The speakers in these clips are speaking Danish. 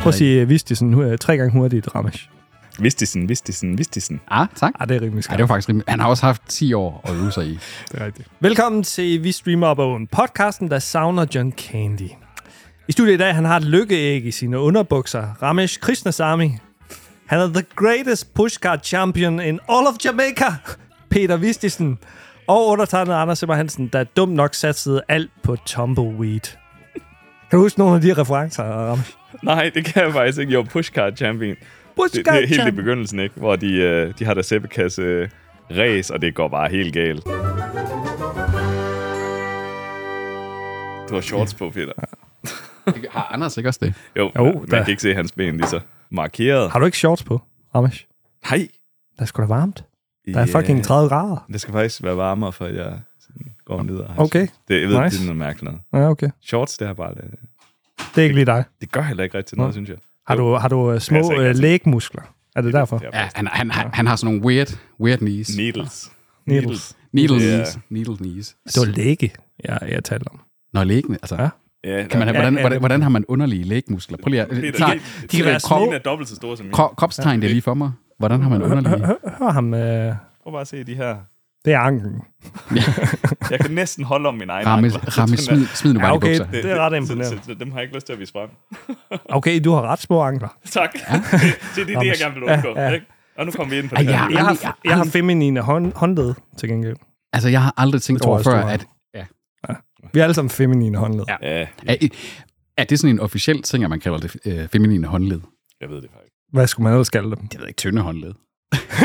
Prøv at sige Vistisen hu- tre gange hurtigt, Ramesh. Vistisen, Vistisen, Vistisen. Ah, tak. Ah, det er rimelig Ej, skarpt. det var faktisk rimelig. Han har også haft 10 år at øve sig i. Det er rigtigt. Velkommen til Vi Streamer Op Åen, podcasten, der savner John Candy. I studiet i dag, han har et lykkeæg i sine underbukser. Ramesh Krishnasamy. Han er the greatest pushcart champion in all of Jamaica. Peter Vistisen. Og undertegnet Anders Simmer Hansen, der dumt nok satsede alt på tumbleweed. Kan du huske nogle af de referencer, Ramesh? Nej, det kan jeg faktisk ikke. Jo, Pushcart Champion. Det, det er helt i begyndelsen, ikke? Hvor de, øh, de har der sæbekasse øh, race, og det går bare helt galt. Du har shorts på, Peter. Har Anders ikke også det? Jo, Jo, jo man der- kan ikke se hans ben lige så markeret. Har du ikke shorts på, Ramesh? Hej. øh, Der er sgu da varmt. Der er fucking 30 grader. Det skal faktisk være varmere, for jeg sådan går ned og har Okay. shorts. Det, jeg ved, Nice. nice. det er noget mærkeligt noget. Ja, okay. Shorts, det, har bare, det, Det er ikke lige dig. det gør heller ikke rigtig noget, Nå. synes jeg. Har Jo. du, har du uh, små passer ikke, uh, altså. lægmuskler? Er det derfor? Det er Ja, han, han, han, han har sådan nogle weird, weird knees. Needles. Needles. Needle Ja. knees. Needle knees. Det var læge, jeg, jeg talte om. Nå, læggende. Altså, Ja. Ja, kan man have, Ja, hvordan, ja, hvordan, det- hvordan har man underlige lægmuskler? Prøv lige at... Peter, Klar, det- de det kan skal være være krop, Min er dobbelt så stor som min. krop, kropstegn, det er lige for mig. Hvordan har man underlige? Hør ham, uh, Prøv bare at se de her. det er anklen. Jeg kan næsten holde om min egen Ramme, ankler. ramme Sådan smid, er- smid nu bare Ja, ja, okay. okay. de bukser. Det er ret imponerende. Så, så, så, dem har jeg ikke lyst til at vise frem. Okay, du har ret små ankler. Tak. det, det er det, jeg gerne vil Ja, undgå. ja. Ikke? Og nu kommer vi ind på Ej, det her. ja. Jeg har, Aldrig- jeg har aldrig- feminine hånd, håndled til gengæld. Altså, jeg har aldrig tænkt Det tror over jeg også, før, du har. at... Ja. Vi er alle sammen feminine håndled. Ja. Ja, Er, er det sådan en officiel ting, at man kalder det øh, feminine håndled? jeg ved det faktisk. Hvad skulle man ellers kalde dem? Det ved jeg ikke, tynde håndled.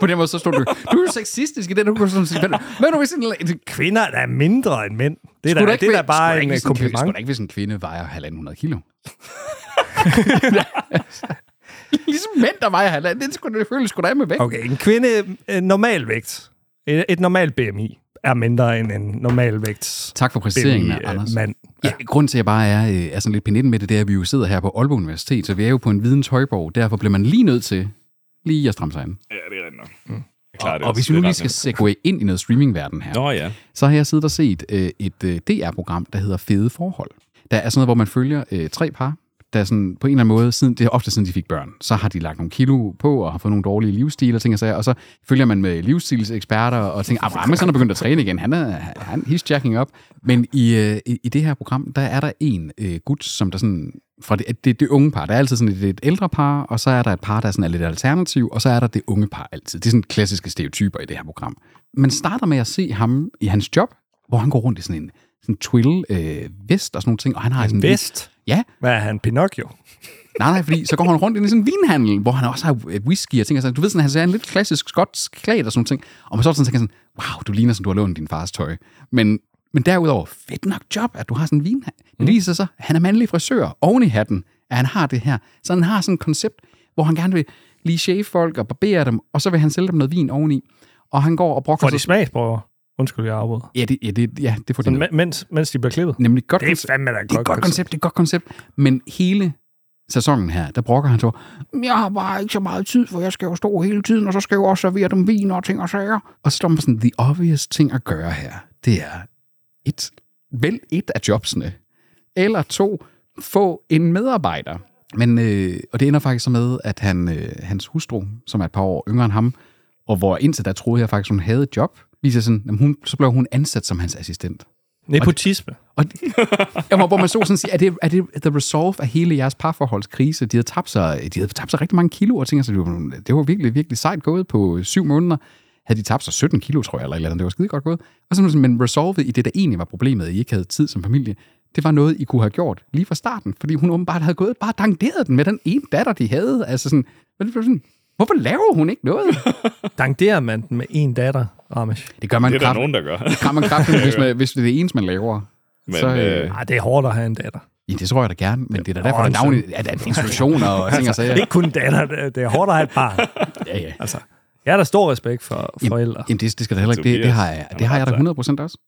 på den måde, så stod du, du er jo sexistisk i den, du kunne sådan sige, "Hvad- hvad nu hvis en, en Kvinder er mindre end mænd. Det er Skulle da, det ikke er da være- skulle bare der en uh, ikke, øh, hvis kvinde- Skulle kompliment. der ikke, hvis en kvinde vejer 1.500 kilo? ligesom mænd, der vejer halvanden, det skulle det føles sgu da af med vægt. Okay, en kvinde øh, normal vægt. Et, et normalt BMI er mindre end en normal vægt. Tak for præciseringen, BMI, øh, Anders. øh, mand. Ja, grunden til, at jeg bare er, øh, er sådan lidt penitten med det, det er, at vi jo sidder her på Aalborg Universitet, så vi er jo på en videns højborg. Derfor bliver man lige nødt til lige at stramme sig an. Ja, det er rigtigt nok. Mm. Klar, det er Og også hvis vi nu lidt lige skal ret segue ind i noget streamingverden her, nemt. Nå ja. så har jeg siddet og set øh, et øh, DR-program, der hedder Fede Forhold. Der er sådan noget, hvor man følger øh, tre par, der sådan på en eller anden måde, siden, det er ofte siden de fik børn, så har de lagt nogle kilo på og har fået nogle dårlige livsstile og ting og sager, og så følger man med livsstilseksperter og tænker, at Rammes han er begyndt at træne igen, han er, han, he's jacking up. Men i, øh, i, i det her program, der er der en øh, gut, som der sådan, fra det, det, det unge par, der er altid sådan et, et ældre par, og så er der et par, der sådan er lidt alternativ, og så er der det unge par altid. Det er sådan klassiske stereotyper i det her program. Man starter med at se ham i hans job, hvor han går rundt i sådan en sådan twill øh, vest og sådan nogle ting, og han har sådan Vest. Ja, Hvad er han? Pinocchio? Nej, nej, fordi så går han rundt ind i sådan en vinhandel, hvor han også har øh, whisky og ting. og sager. Du ved sådan, han ser en lidt klassisk skotsk klædt og sådan nogle ting. Og man så sådan tænker sådan, wow, du ligner sådan, du har lånt din fars tøj. Men, men derudover, fedt nok job, at du har sådan en vinhandel. Mm. Det viser sig, at han er mandlig frisør oven i hatten, at han har det her. Så han har sådan et koncept, hvor han gerne vil lige shave folk og barbere dem, og så vil han sælge dem noget vin oveni. Og han går og brokker Får de smagsprøver? Undskyld, jeg afbryder. Ja, det, ja, det, ja, det får de Sådan, noget. men- mens, mens de bliver klippet? Nemlig godt Det koncept. er fandme da et Det er et godt godt koncept, det er et godt koncept. Men hele sæsonen her, der brokker han så, jeg har bare ikke så meget tid, for jeg skal jo stå hele tiden, og så skal jeg jo også servere dem vin og ting og sager. Og så står man sådan, the obvious ting at gøre her, det er et, vel et af jobsene, eller to, få en medarbejder. Men, øh, og det ender faktisk så med, at han, øh, hans hustru, som er et par år yngre end ham, og hvor indtil da troede jeg faktisk, hun havde et job, viser sådan, at hun, så blev hun ansat som hans assistent. Nepotisme. Og det, ja, hvor hvor man så sådan siger, er det, er det the resolve af hele jeres parforholdskrise? De havde tabt sig, de havde tabt sig rigtig mange kilo og ting, altså, det, var, det var virkelig, virkelig sejt gået på syv måneder. Havde de tabt sig 17 kilo, tror jeg, eller, et eller andet, det var skide godt gået. Og så, var det sådan, men resolvet i det, der egentlig var problemet, at I ikke havde tid som familie, det var noget, I kunne have gjort lige fra starten, fordi hun åbenbart havde gået og bare dankeret den med den ene datter, de havde. Altså sådan, men det blev sådan, hvorfor laver hun ikke noget? Dankderer man den med en datter, Ramesh? Det gør man Det er der kraft, nogen, der gør. kan man kraft, hvis, man, hvis det er det eneste, man laver. Men, Så, øh, øh, Nej, Ah, det er hårdt at have en datter. Ja, det tror jeg da gerne, men det er da derfor, Nå, der altså. er navnet, at, at institutioner og ting og sager. Ikke kun en datter, det er- det er hårdt at have et barn. Ja, ja. Altså, jeg har da stor respekt for forældre. Jamen, det, det skal da heller ikke. Det, det, Tobias, har, jeg, han det er har jeg da ret sej. 100% også.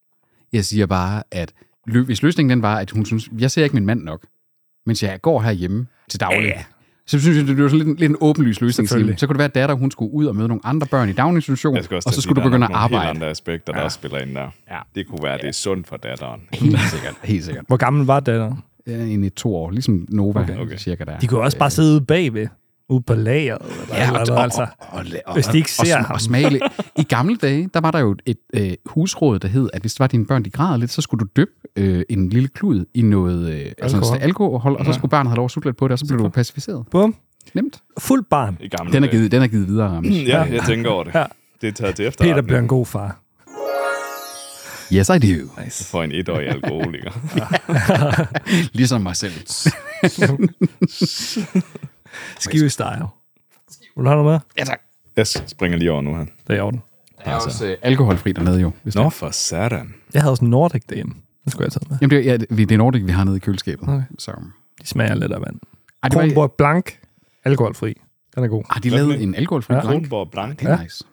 Jeg siger bare, at lø- hvis løsningen den var, at hun synes, jeg ser ikke min mand nok, mens jeg går herhjemme til daglig. Ja. Så synes jeg, det var sådan lidt, en- lidt en åbenlys løsning. at sige, Selvfølgelig. Så kunne det være, at datter, hun skulle ud og møde nogle andre børn i daginstitution, jeg skal også og til så skulle sige, du der er begynde at nok nogle Helt arbejde. andre aspekter, der også spiller ind der. Ja. Det kunne være, at det er sundt for datteren. Helt sikkert, helt sikkert. Hvor gammel var datteren? øh, end et to år. Ligesom Nova, okay, okay. okay. cirka der. De kunne også bare sidde ude bagved, Øh, ude på lageret. Eller Ja, ja, og, eller, og, altså. og, og, og, hvis de ikke og, ser og, ham. og smale. I gamle dage, der var der jo et øh, husråd, der hed, at hvis det var dine børn, de græd lidt, så skulle du dyppe øh, en lille klud i noget øh, altså Alkohol. alkohol, alkohol og så skulle barnet have lov at sutte lidt på det, og så blev du pacificeret. Bum. Nemt. Fuld barn. I gamle Den er dage. givet, den er givet videre. Ramesh. Mm. Ja, jeg tænker over det. Ja. Det er taget til efterretning. Peter bliver en god far. Yes, I do. Så får en etårig alkoholiker. Ligesom mig selv. Skive style. Vil du have noget med? ja, tak. Jeg springer lige over nu her. Det er i orden. Der er også øh, alkoholfri dernede jo. Hvis det er. for satan. Jeg havde også Nordic derhjemme. Det skulle jeg have taget med. Jamen, det, er- ja, det- det er Nordic, vi har nede i køleskabet. Okay. Så. De smager lidt af vand. Ej, det var, Kronborg Blank. Alkoholfri. Den er god. ah, de lavede en alkoholfri Ja. ja. blank. Kronborg Blank. Det er nice.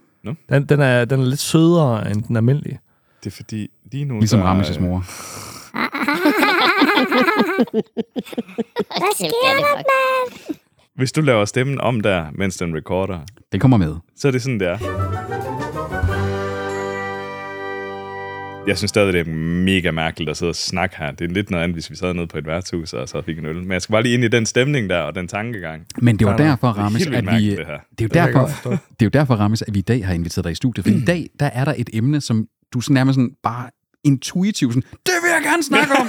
Den, den, er, den er lidt sødere end den almindelige. Det er fordi, lige nu... Ligesom der er- Ramses mor. Hvad sker der for Hvis du laver stemmen om der, mens den recorder, Det kommer med. så er det sådan, det er. Jeg synes stadig, det er mega mærkeligt at sidde og snakke her. Det er lidt noget andet, hvis vi sad nede på et værtshus og så fik en øl. Men jeg skal bare lige ind i den stemning der og den tankegang. Men det var Fair nok. derfor, Det er Rammes, helt vildt at vi... mærkeligt, det her. Det er jo kan jeg derfor, godt forstå. det er jo derfor Rammes, at vi i dag har inviteret dig i studiet. Mm. For i dag, der er der et emne, som du sådan nærmest sådan bare intuitivt sådan, det vil jeg gerne snakke om!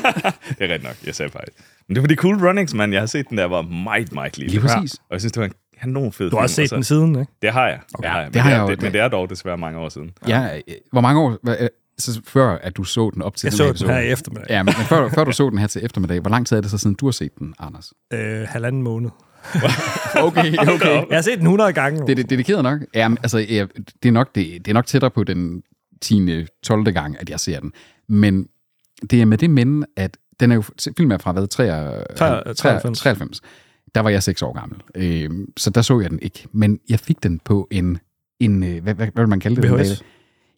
Det er rigtigt nok, jeg sagde faktisk. Men det var de cool runnings, man. Jeg har set den der, var meget, meget lille. Lige præcis. Og jeg synes, det var en kanon fed Du har også Altså, set den siden, ikke? Det har jeg. Okay. Det har jeg. Men, det har jeg er, jo. det, men det er dog desværre mange år siden. Ja, øh, hvor mange år hva- øh, så før, at du så den op til Jeg så den her i eftermiddag. Ja, men, men før, før du så den her til eftermiddag, hvor lang tid er det så siden, du har set den, Anders? Øh, halvanden måned. Okay, okay. Jeg har set den 100 gange nu. Det er det- dedikeret nok. Ja, men, altså, ja, det, er nok det, det er nok tættere på den 10. 12. gang, at jeg ser den. Men det er med det minde, at den er jo, filmen er fra hvad, 93? 93. 93. Der var jeg 6 år gammel, øh, så der så jeg den ikke. Men jeg fik den på en, en øh, hvad, hvad, hvad vil man kalde det? den VHS? dag?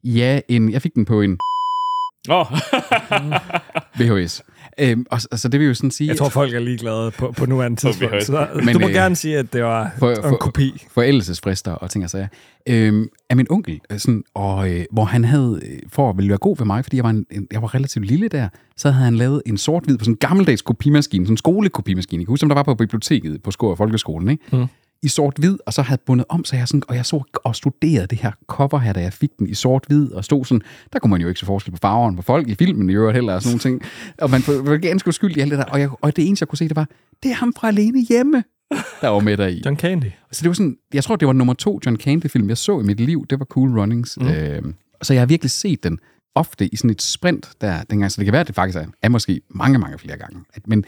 Ja, en, jeg fik den på en Åh, oh, VHS. Øh, og, og, så det vil jo sådan sige... Jeg tror, folk er ligeglade på, på nuværende tidspunkt. VHS. Så Men, du må øh, gerne sige, at det var for- en for- kopi. forældelsesfrister og ting og sager, øhm, af min onkel, øh, sådan, og, øh, hvor han havde, øh, for at ville være god ved mig, fordi jeg var, en, en, jeg var relativt lille der, så havde han lavet en sort-hvid på sådan en gammeldags kopimaskine, sådan en skolekopimaskine, jeg kan huske, som der var på biblioteket på Skår Folkeskolen, ikke? Mm. i sort-hvid, og så havde jeg bundet om, så jeg sådan, og jeg så og studerede det her cover her, da jeg fik den i sort-hvid, og stod sådan, der kunne man jo ikke se forskel på farverne på folk i filmen i øvrigt heller, og sådan nogle ting, og man var- var ganske uskyldig i alt det der, og, jeg, og det eneste, jeg kunne se, det var, det er ham fra alene hjemme, der var med deri. John Candy. Så det var sådan, jeg tror, det var nummer to John Candy-film, jeg så i mit liv. Det var Cool Runnings. Mm. Øh, så jeg har virkelig set den ofte i sådan et sprint der dengang. Så det kan være, at det faktisk er, er måske mange, mange flere gange. At, men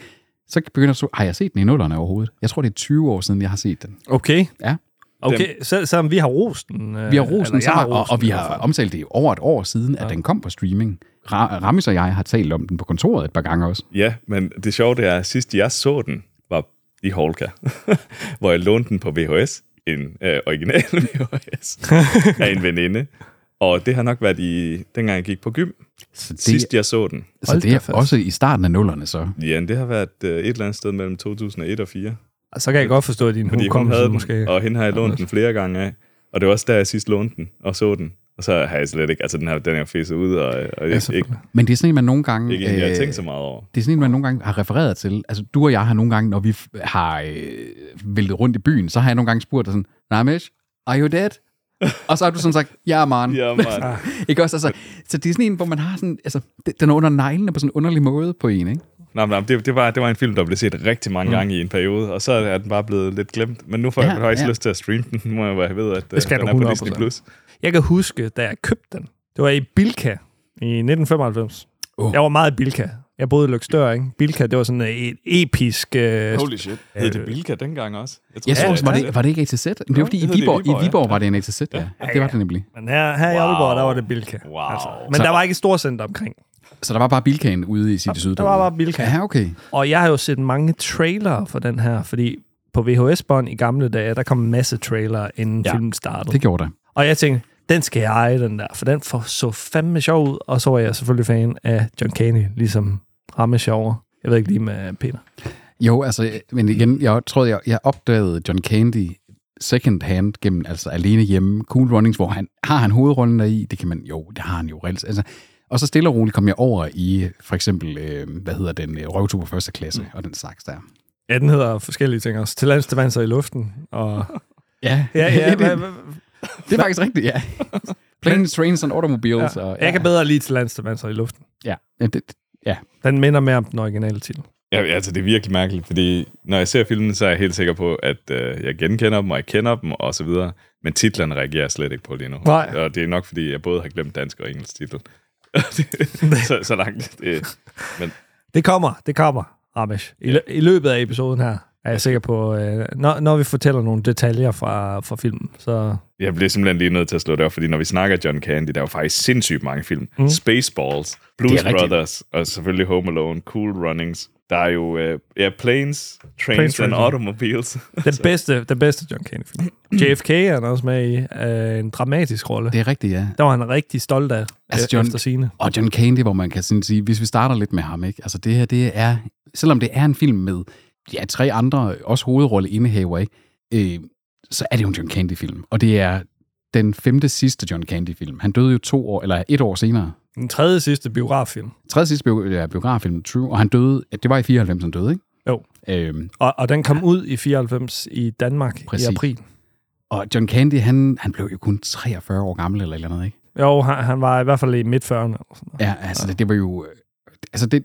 så begynder jeg så, har jeg set den i nullerne overhovedet? Jeg tror, det er 20 år siden, jeg har set den. Okay. Ja. Okay, så, så vi har rosten. øh, Vi har rosen eller jeg sammen, og, rost og vi den i hvert har fald. omtalt det i over et år siden, at den kom på streaming. Ra- Rammes og jeg har talt om den på kontoret et par gange også. ja, men det sjove det er, at sidst jeg så den, var i Holka, hvor jeg lånte den på VHS, en øh, original VHS, af en veninde. Og det har nok været i, dengang jeg gik på gym, Så det, sidst jeg så den. så det da er fast. også i starten af nullerne så. Ja, det har været øh, et eller andet sted mellem 2001 og 4. Så kan jeg godt forstå, at din Fordi hun hukommelse havde den, måske... og hende har jeg lånt den flere gange af. Og det var også der, jeg sidst lånte den og så den. Og så har jeg slet ikke, altså den her, den er jo fæset ud, og, og jeg, ikke, selvfølgelig. Men det er sådan en, man nogle gange... ikke en, jeg har øh, tænkt så meget over. Det er sådan en, man nogle gange har refereret til. Altså, du og jeg har nogle gange, når vi f- har øh, væltet rundt i byen, så har jeg nogle gange spurgt dig sådan, Ramesh, are you dead? og så har du sådan sagt, ja, yeah, man. Ja, man. Ikke også? Altså, så det er sådan en, hvor man har sådan, altså, det- den er under neglene på sådan en underlig måde på en, ikke? Nej, nej, det, det, var, det var en film, der blev set rigtig mange mm. gange i en periode, og så er den bare blevet lidt glemt. Men nu får ja, Ja, jeg faktisk ja. ja. lyst til at streame den, nu hvor jeg ved, at øh, Det skal den du er på 100%. Disney+. Plus. Jeg kan huske, da jeg købte den. Det var i Bilka i 1995. Åh. Jeg var meget i Bilka. Jeg boede i Løgstør, ikke? Bilka, det var sådan et episk... Øh, shit. Hed det Bilka dengang også? tror, Jeg det tror, var også, var, det. det, var det ikke ATZ? Men Det var fordi, i det hed det i Viborg, Viborg, i ja. Viborg var det en ATZ, ja. Det var det nemlig. men her, her wow. i Wow. Aalborg, der var det Bilka. Altså, Wow. Men der var ikke et storcenter omkring. Så der var bare bilkagen ude i sit syd. Der var bare Bilka. Ja, okay. Og jeg har jo set mange trailere for den her, fordi på VHS-bånd i gamle dage, der kom en masse trailere, inden ja. filmen startede. Det gjorde der. Og jeg tænkte, den skal jeg eje, den der, for den for, så fandme sjov ud. Og så var jeg selvfølgelig fan af John Candy, ligesom ramme sjovere. Jeg ved ikke lige med Peter. Jo, altså, men igen, jeg tror, jeg, jeg opdagede John Candy second hand gennem, altså alene hjemme, Cool Runnings, hvor han, har han hovedrollen der i, det kan man, jo, det har han jo reelt, altså, Og så stille og roligt kom jeg over i, for eksempel, øh, hvad hedder den, øh, røvtur på første klasse mm. og den slags der. Ja, den hedder forskellige ting også. Til lands, til vands og i luften. Og, Ja, ja, ja, det, hvad, det, hvad, det er faktisk rigtigt, ja. Planes, Trains and Automobiles. Ja. Og, jeg kan bedre lide til lands, til vands og i luften. Ja, ja det, Den minder mere om den originale titel. Ja, altså, det er virkelig mærkeligt, fordi når jeg ser filmen, så er jeg helt sikker på, at øh, jeg genkender dem, og jeg kender dem, og så videre. Men titlerne reagerer jeg slet ikke på lige nu. Nej. Og det er nok, fordi jeg både har glemt dansk og engelsk titel. så, så langt. Det, men Det kommer, det kommer, Ramesh. I, lø- I løbet af episoden her er jeg sikker på, øh, når, når vi fortæller nogle detaljer fra, fra filmen, så... jeg bliver simpelthen lige nødt til at slå det op, fordi når vi snakker John Candy, der er jo faktisk sindssygt mange film. Mm. Spaceballs, Blues rigtigt. Brothers, og selvfølgelig Home Alone, Cool Runnings. Der er jo øh, ja, planes, trains, Planes, planes and Trains. automobiles. Den bedste, den bedste John Candy-film. JFK er han også med i øh, en dramatisk rolle. det er rigtigt, ja. Der var han rigtig stolt af Altså, altså, John- John... efter sine. Og John Candy, hvor man kan sådan sige, hvis vi starter lidt med ham, ikke? Altså det her, det er, selvom det er en film med ja, tre andre, også hovedrolleindehaver, ikke? Øh, så er det jo en John Candy-film. Og det er den femte sidste John Candy-film. Han døde jo to år, eller et år senere. Den tredje sidste biograffilm. Tredje sidste bio, ja, biograffilm, True, og han døde, det var i 94, han døde, ikke? Jo. Øhm, Og, og den kom ud i 94 i Danmark Præcis. Præcis. i april. og John Candy, han, han blev jo kun 43 år gammel eller et eller andet, ikke? Jo, han, han var i hvert fald i midt 40'erne. Ja, altså det, det var jo... øh, Altså det,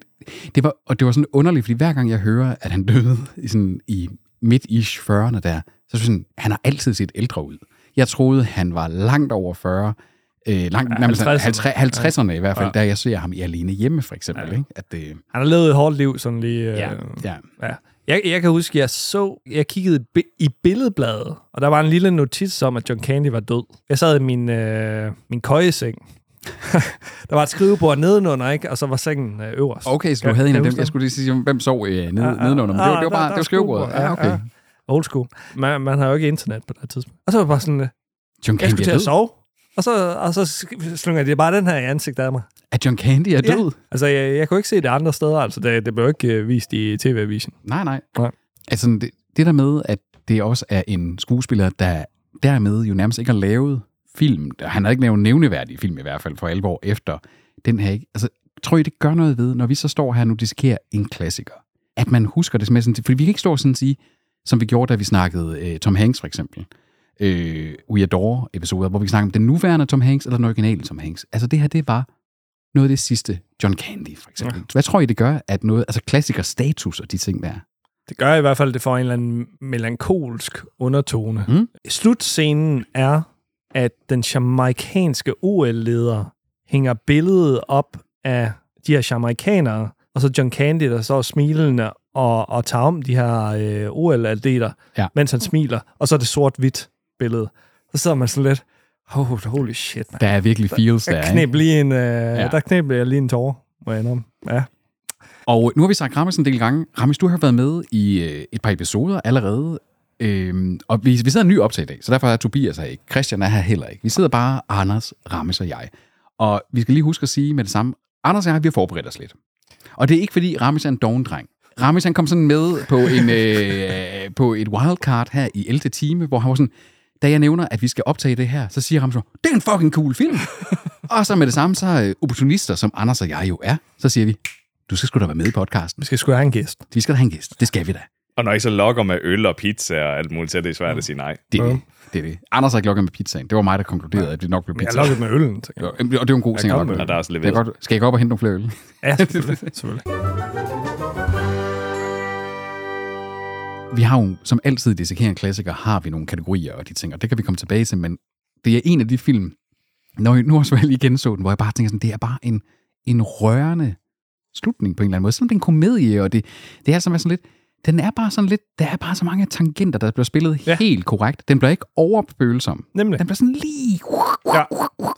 det var, og det var sådan underligt, fordi hver gang jeg hører, at han døde i, sådan, i midt-ish 40'erne der, så synes jeg, han har altid set ældre ud. Jeg troede, han var langt over 40, øh, langt, ja, 50'erne, 50'erne. 50, 50'erne i hvert fald, Ja. ja. da jeg ser ham i Alene Hjemme for eksempel. Ja. Ikke? At det, Han har levet et hårdt liv, sådan lige... Øh, ja, ja. Ja. Jeg, jeg kan huske, jeg så, jeg kiggede i bi- i billedbladet, og der var en lille notits om, at John Candy var død. Jeg sad i min, øh, min køjeseng. der var et skrivebord nedenunder, ikke? Og så var sengen øh, øverst. Okay, så du Kan- havde en kan af du dem, huske jeg det? skulle lige sige, hvem sov øh, nede, nedenunder, men det var, det var Ah, der- bare der det var er skrivebordet. skrivebord. Ja, okay. Old school. Man, man har jo ikke internet på det her tidspunkt. Og så var jeg bare sådan, øh, John jeg skulle Candy til at er død. sove. Og så, og så sk- slynger de bare den her i ansigtet af mig. At John Candy er Ja. død? Altså, jeg, jeg kunne ikke se det andre steder. Altså, det, det blev ikke øh, vist i tv-avisen. Nej, nej. Nej. Altså, det, det der med, at det også er en skuespiller, der dermed jo nærmest ikke har lavet film. Han har ikke lavet nævneværdige film i hvert fald for alvor efter den her. Ikke? Altså, tror I, det gør noget ved, når vi så står her nu og dissekerer en klassiker? At man husker det som er sådan, fordi vi kan ikke stå og sådan sige, som vi gjorde, da vi snakkede øh, Tom Hanks for eksempel. Øh, We Adore-episoder, hvor vi snakker om den nuværende Tom Hanks eller den originale Tom Hanks. Altså det her, det var noget af det sidste John Candy, for eksempel. Ja. Hvad tror I, det gør, at noget, altså klassikerstatus og de ting der? Det gør i hvert fald, at det får en eller anden melankolsk undertone. Mm. Mm. Slutscenen er, at den jamaikanske OL-leder hænger billedet op af de her jamaikanere, og så John Candy, der står smilende og, og tager om de her øh, OL-atleter, Ja. mens han smiler, og så er det sort-hvidt billede. Så sidder man sådan lidt, oh, holy shit, man. Der er virkelig feels der, Jeg ikke? knep lige en, øh, Ja. ja. Der knep jeg lige en tårer, må jeg indrømme. Ja. Og nu har vi sagt Rammes en del gange. Rammes, du har været med i øh, et par episoder allerede. Øhm, og vi, vi sidder en ny optag i dag, så derfor er Tobias her ikke. Christian er her heller ikke. Vi sidder bare Anders, Rammes og jeg. Og vi skal lige huske at sige med det samme, Anders og jeg, vi har forberedt os lidt. Og det er ikke, fordi Rammes er en doven dreng. Rammes, han kom sådan med på, en, øh, på et wildcard her i 11. time, hvor han var sådan, da jeg nævner, at vi skal optage det her, så siger Rammes, det er en fucking cool film. og så med det samme, så øh, opportunister, som Anders og jeg jo er, så siger vi, du skal sgu da være med i podcasten. Vi skal sgu have en gæst. Vi skal da have en gæst. Det skal vi da. og når I så lokker med øl og pizza og alt muligt, så er det svært at sige nej. Det er det. det, er det. Anders har ikke lukket med pizzaen. Det var mig, der konkluderede, at det nok blev Jeg pizza. har lukket med øllen, tænker jeg. Og det er jo en god ting at kom lukke med med. Og der er også Det er leveret. godt. Skal jeg gå op og hente nogle flere øl? Ja, selvfølgelig. selvfølgelig. Vi har jo, som altid i Dissekerende Klassiker, har vi nogle kategorier og de ting, og det kan vi komme tilbage til, men det er en af de film, når jeg nu også vel igen så den, hvor jeg bare tænker sådan, det er bare en, en rørende slutning på en eller anden måde. Selvom det er en komedie, og det, det er altså sådan lidt, den er bare sådan lidt, der er bare så mange tangenter, der bliver spillet ja. Ja. helt korrekt. Den bliver ikke overfølsom. Nemlig. Den bliver sådan lige... Ja,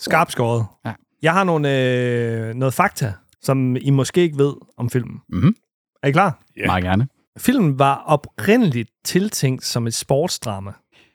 skarp skåret. Ja. Ja. Jeg har nogle, øh, noget fakta, som I måske ikke ved om filmen. Mhm. Er I klar? Ja. Meget gerne. Filmen var oprindeligt tiltænkt som et sportsdrama.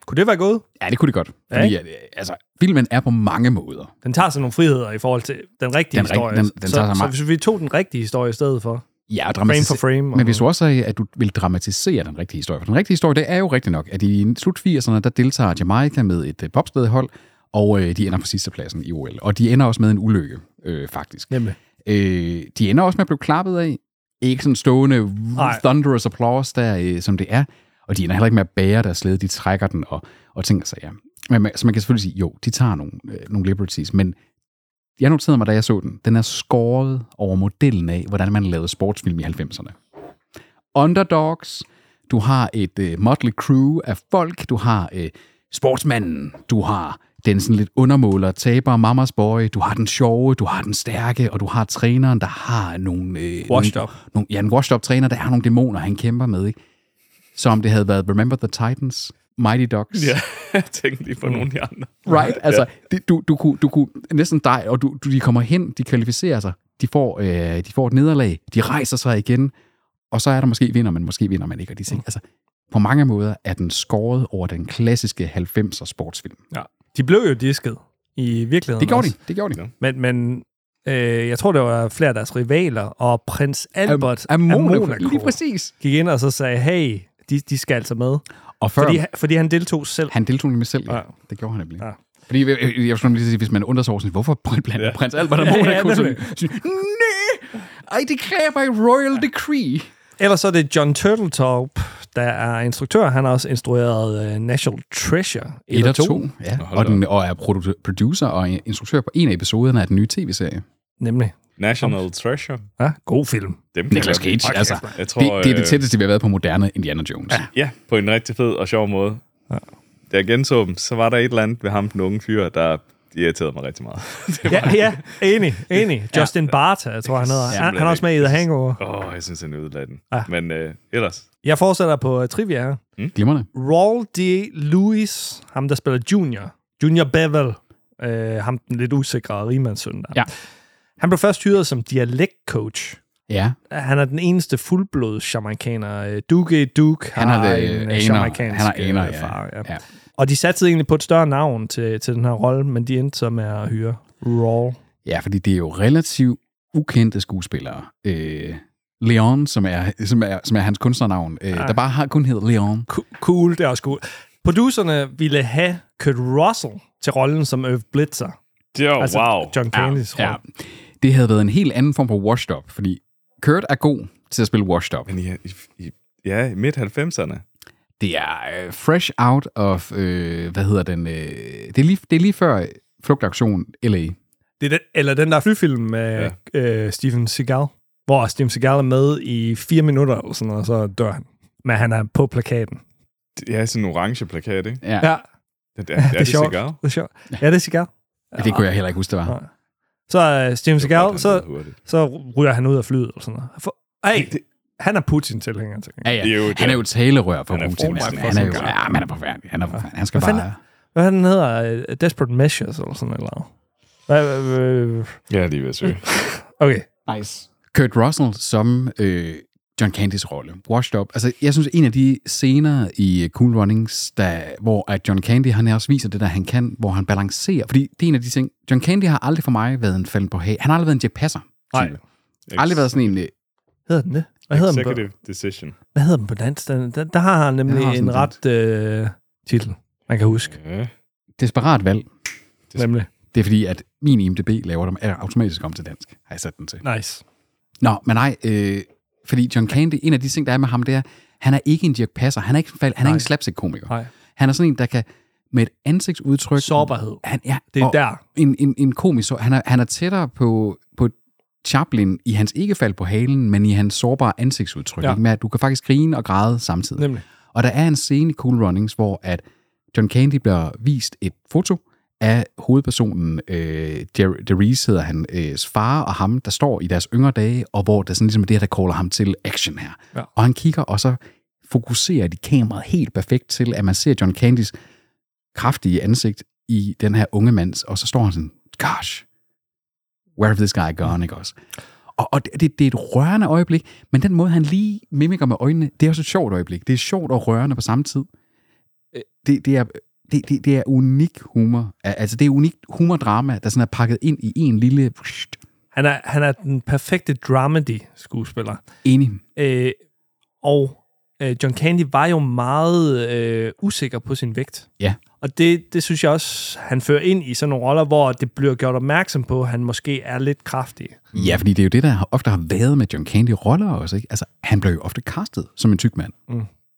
Kunne det være gået? Ja, det kunne det godt. Ja, Fordi, ja, altså, filmen er på mange måder. Den tager sig nogle friheder i forhold til den rigtige Den rig- historie. den- den så, tager sig så, meget- hvis vi tog den rigtige historie i stedet for. Ja, og Frame dramatis- for frame. og- Men hvis du også sagde, at du vil dramatisere den rigtige historie, for den rigtige historie, det er jo rigtigt nok, at i slut 80'erne, der deltager Jamaica med et øh, popstedhold, Og øh, de ender på sidste pladsen i OL. Og de ender også med en ulykke, øh, faktisk. Nemlig. Øh, de ender også med at blive klappet af. Ikke sådan stående Nej. thunderous applause, der, øh, som det er. Og de ender heller ikke med at bære deres slæde. De trækker den og, og tænker sig, ja. Men, man- så man kan selvfølgelig sige, jo, de tager nogle, øh, nogle liberties, men jeg noterede mig, da jeg så den, den er skåret over modellen af, hvordan man lavede sportsfilm i 90'erne. Underdogs, du har et øh, motley crew af folk, du har øh, sportsmanden, du har den sådan lidt undermåler, taber, mamas boy, du har den sjove, du har den stærke, og du har træneren, der har nogle... Øh, Washed nogle, up. Nogle, ja, en washed up træner, der har nogle dæmoner, han kæmper med, ikke? Så om det havde været Remember the Titans, Mighty Ducks, Ja, jeg tænkte lige Mm. på nogle af de andre. Right? Altså, det, du, du, kunne, du kunne næsten dig, og du, du, de kommer hen, de kvalificerer sig, de får, øh, de får et nederlag, de rejser sig igen, og så er der måske vinder man, måske vinder man ikke, og de ting. Altså, på mange måder er den skåret over den klassiske 90'er sportsfilm. Ja. De blev jo disket i virkeligheden. Det gjorde også. de, det gjorde de. Men, men øh, jeg tror, det var flere af deres rivaler, og prins Albert af, af Monaco, Lige præcis. gik ind og så sagde, hey, de, de skal altså med. Og før, Fordi, fordi han deltog selv. Han deltog nemlig selv, ja. Ja. Det gjorde han nemlig. Ja. Ja. Fordi, øh, øh, jeg skulle lige sige, hvis man undrer sig over, sådan, hvorfor blandt ja. prins Albert og Ja, ja, Monaco, så, nemlig. så, nej, I declare by royal decree. Ellers så er det John Turteltaub, der er instruktør. Han har også instrueret uh, National Treasure 1 Et og og 2. to, ja. hold Og, den, og er produ- producer og instruktør på en af episoderne af den nye tv-serie. Nemlig. National Treasure. Ja, god film. Dem kan Nicolas jeg godt lide. Cage, altså. Jeg tror, Tror, det, det er det øh, tætteste, vi har været på moderne Indiana Jones. Ja. Ja, på en rigtig fed og sjov måde. Da jeg genså dem, så var der et eller andet ved ham, den unge fyr, der irriterede mig rigtig meget. Det var- Ja, ja enig, enig. Justin ja. Barta, jeg tror, han hedder. Han, han er også med i The Hangover. Åh, oh, jeg synes, han ødelagde den. Ja. Men øh, ellers, Jeg fortsætter på uh, trivia her. Mm. Glimrende. Raul D. Lewis, ham der spiller Junior. Junior Bevel. Øh, ham den lidt usikre rigmandssøn der. Ja. Han blev først hyret som dialektcoach. Ja, Han er den eneste fuldblod jamaikaner. Øh, Duke Duke han har det øh, aner. Han har aner, øh, ja. far. Ja. ja. Og de satte egentlig på et større navn til, til den her rolle, men de endte så med at hyre Raul. Ja, fordi det er jo relativt ukendte skuespillere. Øh, Leon, som er, som, er, som er hans kunstnernavn, øh, der bare har kun hedder Leon. Co- Cool, det er også cool. Producerne ville have Kurt Russell til rollen som Irv Blitzer. Altså jo, altså, wow. John Candy's Ja. rolle. Det havde været en helt anden form for washed up, fordi Kurt er god til at spille washed up. Men i, i, i, ja, i midt-90'erne. Det er øh, fresh out of, øh, hvad hedder den, øh, det, er lige, det er lige før øh, flugtaktion LA. Det er den, eller den der flyfilm med ja. øh, Steven Seagal, hvor Steven Seagal er med i fire minutter, eller sådan noget, og så dør han. Men han er på plakaten. Ja, sådan en orange plakat, ikke? Ja, Ja, ja. ja Det, det, det, det er sjovt. Det er sjovt. Ja, det er Seagal. det kunne jeg heller ikke huske, det var. Nej. Så øh, Steven Seagal, så, så ryger han ud af flyet, eller sådan noget. For, ej, Det- han er Putin-tilhænger, tænker jeg. Ja, Det er jo ja. det. Han er jo talerør for Han er Putin. forfærdelig. næsten. Han er jo, Ja. ja, men han er forfærdelig. Han er forfærdelig. Han skal Hvad fanden bare... Hvad er den hedder? Øh, Desperate Measures, eller sådan noget. Hvad, hvad- hvad- Ja, lige ved at søge. Okay. Nice. Kurt Russell som øh, John Candys rolle. Washed up. Altså, jeg synes, en af de scener i øh, Cool Runnings, der, hvor at John Candy, han også viser det der, han kan, hvor han balancerer. Fordi det er en af de ting, John Candy har aldrig for mig været en falden på hage. Han har aldrig været en Jack Passer. Nej. type. Aldrig været sådan en... øh, Hedder den det? Hvad hedder den på, Executive decision. hvad hedder den på dansk? Den, der, der har han nemlig Den har har en sådan ret øh, titel, man kan huske. Ja. Desperat valg. Det- Nemlig. Det er fordi, at min IMDB laver dem er automatisk om til dansk, har jeg sat den til. Nice. Nå, men nej, øh, fordi John Candy, en af de ting, der er med ham, det er, han er ikke en Dirk Passer. Han er ikke, en fal- han er ikke en slapstick-komiker. Nej. Han er sådan en, der kan med et ansigtsudtryk... Sårbarhed. Han, ja, Det er og der. En, en, en komisk... så- Han er, han er tættere på, på Chaplin i hans ikke fald på halen, men i hans sårbare ansigtsudtryk. Ja. Ja. Ikke? Med, at du kan faktisk grine og græde samtidig. Nemlig. Og der er en scene i Cool Runnings, hvor at John Candy bliver vist et foto af hovedpersonen, øh, Jer- Derice hedder han, øh, far og ham, der står i deres yngre dage, og hvor der sådan ligesom er det her, der caller ham til action her. Ja. Og han kigger, og så fokuserer de kameraet helt perfekt til, at man ser John Candys kraftige ansigt i den her unge mands, og så står han sådan, gosh, where have this guy gone, ikke også? Og, og det, det, det er et rørende øjeblik, men den måde, han lige mimikker med øjnene, det er også et sjovt øjeblik. Det er sjovt og rørende på samme tid. Øh, Det, det, er, det, det, det er unik humor. Al- Altså, det er unikt humordrama, der sådan er pakket ind i en lille... Han er, han er den perfekte dramedy-skuespiller. Enig. Øh, og øh, John Candy var jo meget øh, usikker på sin vægt. Ja. Og det, det synes jeg også, han fører ind i sådan nogle roller, hvor det bliver gjort opmærksom på, at han måske er lidt kraftig. Ja, fordi det er jo det, der har- ofte har været med John Candy roller også. Ikke? Altså, han blev jo ofte castet som en tyk mand.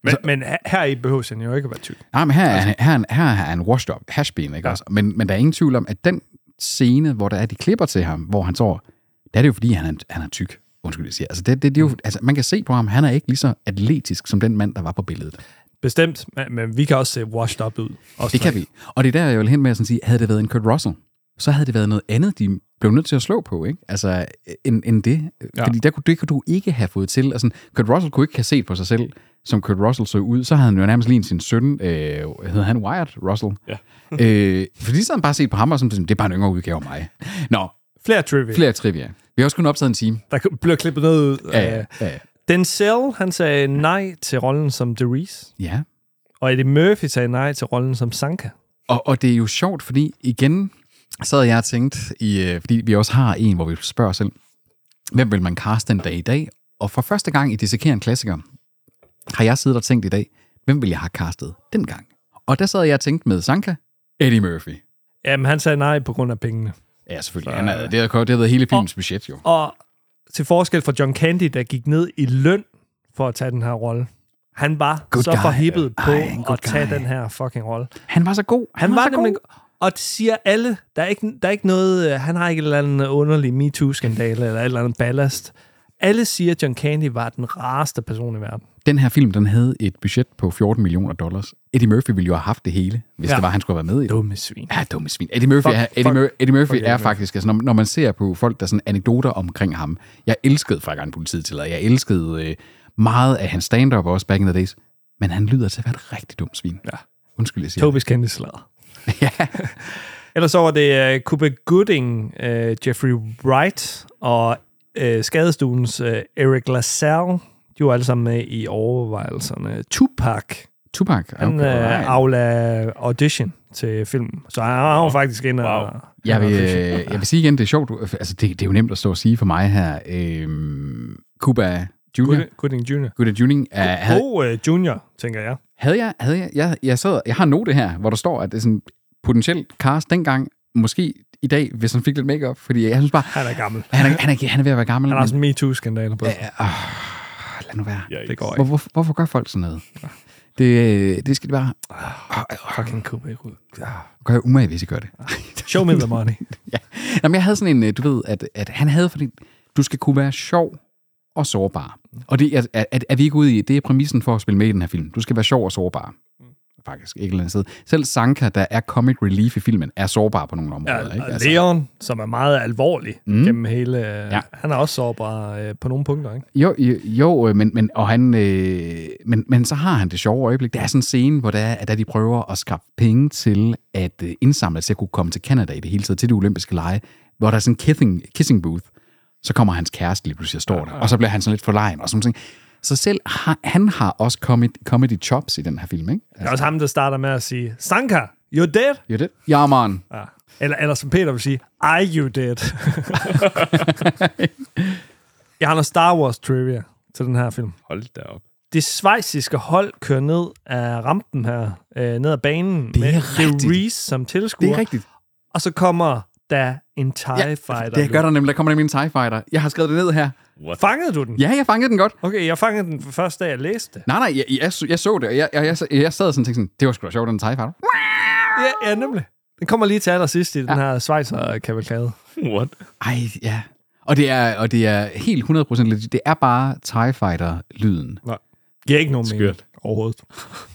Men, men he- her i behøver han jo ikke at være tyk. Nej, men her er, han, her, er han- her er han washed up, hashbeen, ikke ja. også? Men, men der er ingen tvivl om, at den scene, hvor der er de klipper til ham, hvor han står, der er det jo fordi, han er, han er tyk. Undskyld, jeg siger. Altså, det, det, det er jo, altså, man kan se på ham, han er ikke lige så atletisk som den mand, der var på billedet. Bestemt, men, men vi kan også se washed up ud. Også Det kan vi. Og det er der, jeg vil hen med at sådan sige, havde det været en Kurt Russell, så havde det været noget andet, de blev nødt til at slå på, ikke? Altså, end, end det. Ja. Ja. Fordi der kunne, det kunne du ikke have fået til. Altså, Kurt Russell kunne ikke have set på sig selv, som Kurt Russell så ud. Så havde han jo nærmest lignet sin søn, øh, hedder han Wyatt Russell. Ja. øh, fordi så havde han bare set på ham og sådan, det er bare en yngre udgave af mig. Nå, Flere trivia. Flere. flere trivia. Vi har også kun optaget en time. Der kunne- bliver klippet noget ud. Ja, Øh, ja, ja. Denzel, han sagde nej til rollen som Derice. ja. Og Eddie Murphy sagde nej til rollen som Sanka. Og, og det er jo sjovt, fordi igen sad jeg og tænkte, i, øh, fordi vi også har en, hvor vi spørger os selv, hvem vil man kaste den dag i dag? Og for første gang i Dissekerer en klassiker, har jeg siddet og tænkt i dag, hvem vil jeg have castet dengang? Og der sad jeg og tænkte med Sanka, Eddie Murphy. Jamen, han sagde nej på grund af pengene. Ja, selvfølgelig. Han er, det, har, det har været hele filmens budget, jo. Og til forskel fra John Candy, der gik ned i løn for at tage den her rolle. Han var Good så guy. forhippet på Ej, en good at tage guy. den her fucking rolle. Han var så god. Han var så god. nemlig... Og det siger alle, der er ikke, der er ikke noget... øh, Han har ikke en eller anden underlig MeToo-skandale eller et eller andet ballast. Alle siger, at John Candy var den rareste person i verden. Den her film, den havde et budget på 14 millioner dollars. Eddie Murphy ville jo have haft det hele, hvis Ja. ja. det var, han skulle have været med i det. Dumme svin. Ja, dumme svin. Eddie Murphy, Fuck, fuck, er, Eddie, fuck, fuck, Mur- Eddie Murphy fuck fuck Eddie er Murphy. faktisk, altså, når, når man ser på folk, der sådan anekdoter omkring ham. Jeg elskede fra en polititillader. Jeg elskede øh, meget af hans stand-up også back in the days. Men han lyder til at være et rigtig dumt svin. Ja. Undskyld, jeg siger. Tobis kendtislader. ja. Ellers så var det uh, Cooper Gooding, uh, Jeffrey Wright og uh, skadestuens uh, Eric LaSalle. De var alle sammen med i overvejelserne. Tupac, det. Tupac. han okay, alright. uh, aflagde audition til filmen. Så han var wow. faktisk inde og... Wow. Jeg vil, øh, jeg vil sige igen, det er sjovt. du- Altså, det, det er jo nemt at stå og sige for mig her. Øhm, Cuba Junior. Gooding, Gooding Jr. Cuba Junior. Uh, havde, Og uh, Junior, tænker jeg. havde jeg, havde jeg, jeg, jeg, sad, jeg har en note her, hvor der står, at det er sådan potentielt cast dengang, måske i dag, hvis han fik lidt makeup, fordi jeg synes bare, Han er gammel. Han er, han er, han er ved at være gammel. Han har også men, en MeToo-skandale på. Ja. Ah, lad nu være. Yikes. Det går Hvor, hvor, hvorfor gør folk sådan noget? Det, det skal det bare... Fucking Cooper Gooding. Gør jeg umage, hvis I gør det. Show me the money. ja. Nå, men jeg havde sådan en, øh, du ved, at, at han havde fordi du skal kunne være sjov og sårbar. Og det er, er, er, er vi ikke ude i, det er præmissen for at spille med i den her film. Du skal være sjov og sårbar. Faktisk, ikke et eller andet sted. Selv Sanka, der er comic relief i filmen, er sårbar på nogle områder. Ja, ikke? altså. og Leon, som er meget alvorlig mm. gennem hele... Ja. Ja. Han er også sårbar øh, på nogle punkter, ikke? Jo, jo, jo øh, men, men, og han, øh, men, men så har han det sjove øjeblik. Der er sådan en scene, hvor der, er, at der de prøver at skaffe penge til at øh, indsamle til at kunne komme til Canada i det hele taget, til de olympiske lege, hvor der er sådan en kissing, kissing booth. Så kommer hans kæreste lige pludselig og står der, og så bliver han sådan lidt forlegen og sådan noget. Så selv har, han har også comedy, comedy chops i den her film, ikke? Der er også ham, der starter med at sige, Sanka, you're dead. Jo, det? Ja, man. Ja. Eller, eller som Peter vil sige, are you dead? Jeg har noget Star Wars trivia til den her film. Hold da op. Det svejsiske hold kører ned af rampen her, øh, ned ad banen, Det er med rigtigt. Reese som Det er tilskuer, rigtigt. og så kommer der en TIE ja, Fighter. det gør der nemlig. Der kommer nemlig en TIE Fighter. Jeg har skrevet det ned her. What? Fangede du den? Ja, jeg fangede den godt. Okay, jeg fangede den første, da jeg læste det. Nej, nej, jeg, jeg, så- jeg så det, og jeg, jeg, jeg, jeg sad og sådan, tænkte sådan, det var sgu da sjovt, den TIE Fighter. Ja, ja nemlig. Den kommer lige til allersidst i ja. den her Schweizer-kavalkade. What? Ej, ja. Og det er, og det er helt 100% legit. Det er bare TIE Fighter-lyden. Giver ikke nogen mening Skørt. overhovedet.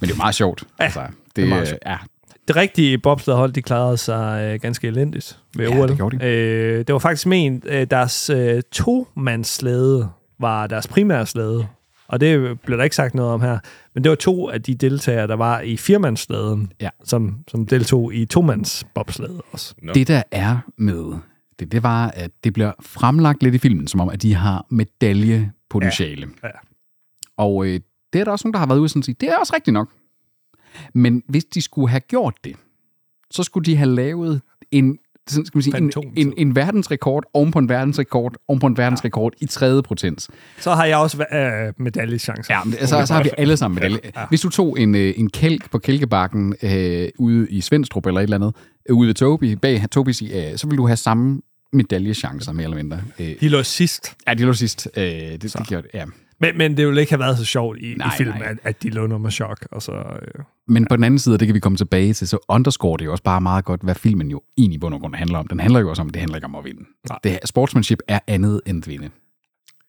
Men det er jo meget sjovt. Ja, altså, det, det er meget meget sjovt. sjovt. Ja, Det rigtige bobsledhold, de klarede sig øh, ganske elendigt ved Ja, OL. det gjorde de. Øh, det var faktisk ment, øh, deres øh, to-mandslæde var deres primære slæde. Og det blev der ikke sagt noget om her. Men det var to af de deltagere, der var i firmandslæden, Ja. som, som deltog i to-mands-bobslæde også. Nå. det der er med det, det var, at det bliver fremlagt lidt i filmen, som om, at de har medaljepotentiale. Ja, ja. Og øh, det er der også nogen, der har været ude og sådan sige, det er også rigtigt nok. Men hvis de skulle have gjort det, så skulle de have lavet en sådan, skal man sige, en, Fantomtid. en, en verdensrekord oven på en verdensrekord oven på en verdensrekord i tredje potens. Så har jeg også øh, medaljechancer. Ja, men altså, så har vi alle sammen medalje. Hvis du tog en, øh, en kælk på kælkebakken øh, ude i Svendstrup eller et eller andet, øh, ude ved Tobi, bag Tobis, øh, så vil du have samme medaljechancer, mere eller mindre. Øh, De lå sidst. ja, det lå sidst. Øh, det, det gjorde, ja. Men, men det ville ikke have været så sjovt i, Nej, i filmen, nej. at, at de lå nummer chok. Og så, øh. Men på den anden side, og det kan vi komme tilbage til, så underscore det jo også bare meget godt, hvad filmen jo egentlig i bund og grund handler om. Den handler jo også om, at det handler ikke om at vinde. Nej. Det, sportsmanship er andet end at vinde.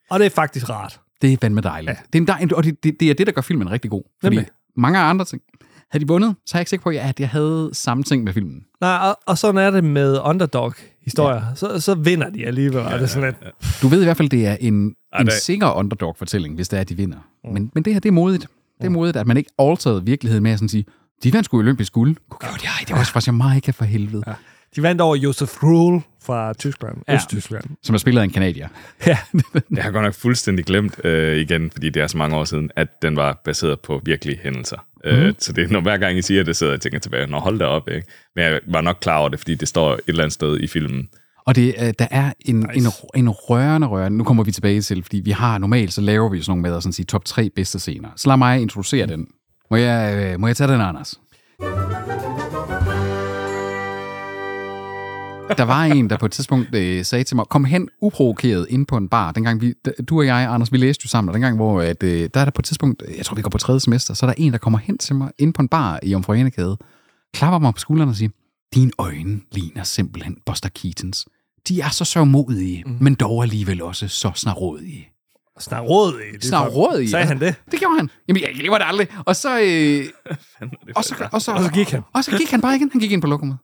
Og det er faktisk rart. Det er fandme dejligt. Ja. Det er en dej, og det, det, det er det, der gør filmen rigtig god. Fordi Nemlig. mange andre ting. Havde de vundet, så er jeg ikke sikker på, at jeg havde samme ting med filmen. Nej, og, og sådan er det med underdog-historier. Ja. Så, så vinder de alligevel. Ja, og det er sådan lidt, Du ved i hvert fald, det er Mm. en, Ej, en der- sikker underdog-fortælling, hvis det er, at de vinder. Men, men det her, det er modigt. Det er modigt, at man ikke alterede virkeligheden med at sådan sige, de vandt sgu olympisk guld. Gud, gjorde de ej, det var også fra Jamaica for helvede. Ja. De vandt over Josef Ruhl fra Tyskland. Ja. Østtyskland. Som er spillet af en kanadier. Ja. Jeg har godt nok fuldstændig glemt øh, igen, fordi det er så mange år siden, at den var baseret på virkelige hændelser. Mm. Øh, Mhm. så det er, når hver gang I siger det, sidder jeg og tænker tilbage, når hold da op, ikke? Men jeg var nok klar over det, fordi det står et eller andet sted i filmen. Og det, øh, der er en, nice. en, en rørende rørende, nu kommer vi tilbage til, fordi vi har normalt, så laver vi sådan nogle med at sådan sige top tre bedste scener. Så lad mig introducere den. Må jeg, øh, må jeg tage den, Anders? Der var en, der på et tidspunkt øh, sagde til mig, kom hen uprovokeret ind på en bar. Dengang vi, d- du og jeg, Anders, vi læste jo sammen, og dengang, hvor at, øh, der er der på et tidspunkt, jeg tror, vi går på tredje semester, så er der en, der kommer hen til mig ind på en bar i Omfrøenekade, klapper mig på skulderen og siger, dine øjne ligner simpelthen Buster Keatons. De er så sørgmodige, Mhm. mm. men dog alligevel også så snarådige. Snar råd i det. Snarådige? Sagde han det? Det gjorde han. Jamen, jeg glemmer det aldrig. Og så, øh, og så, og så, Og så gik han. Og så gik han bare igen. Han gik ind på lokummet.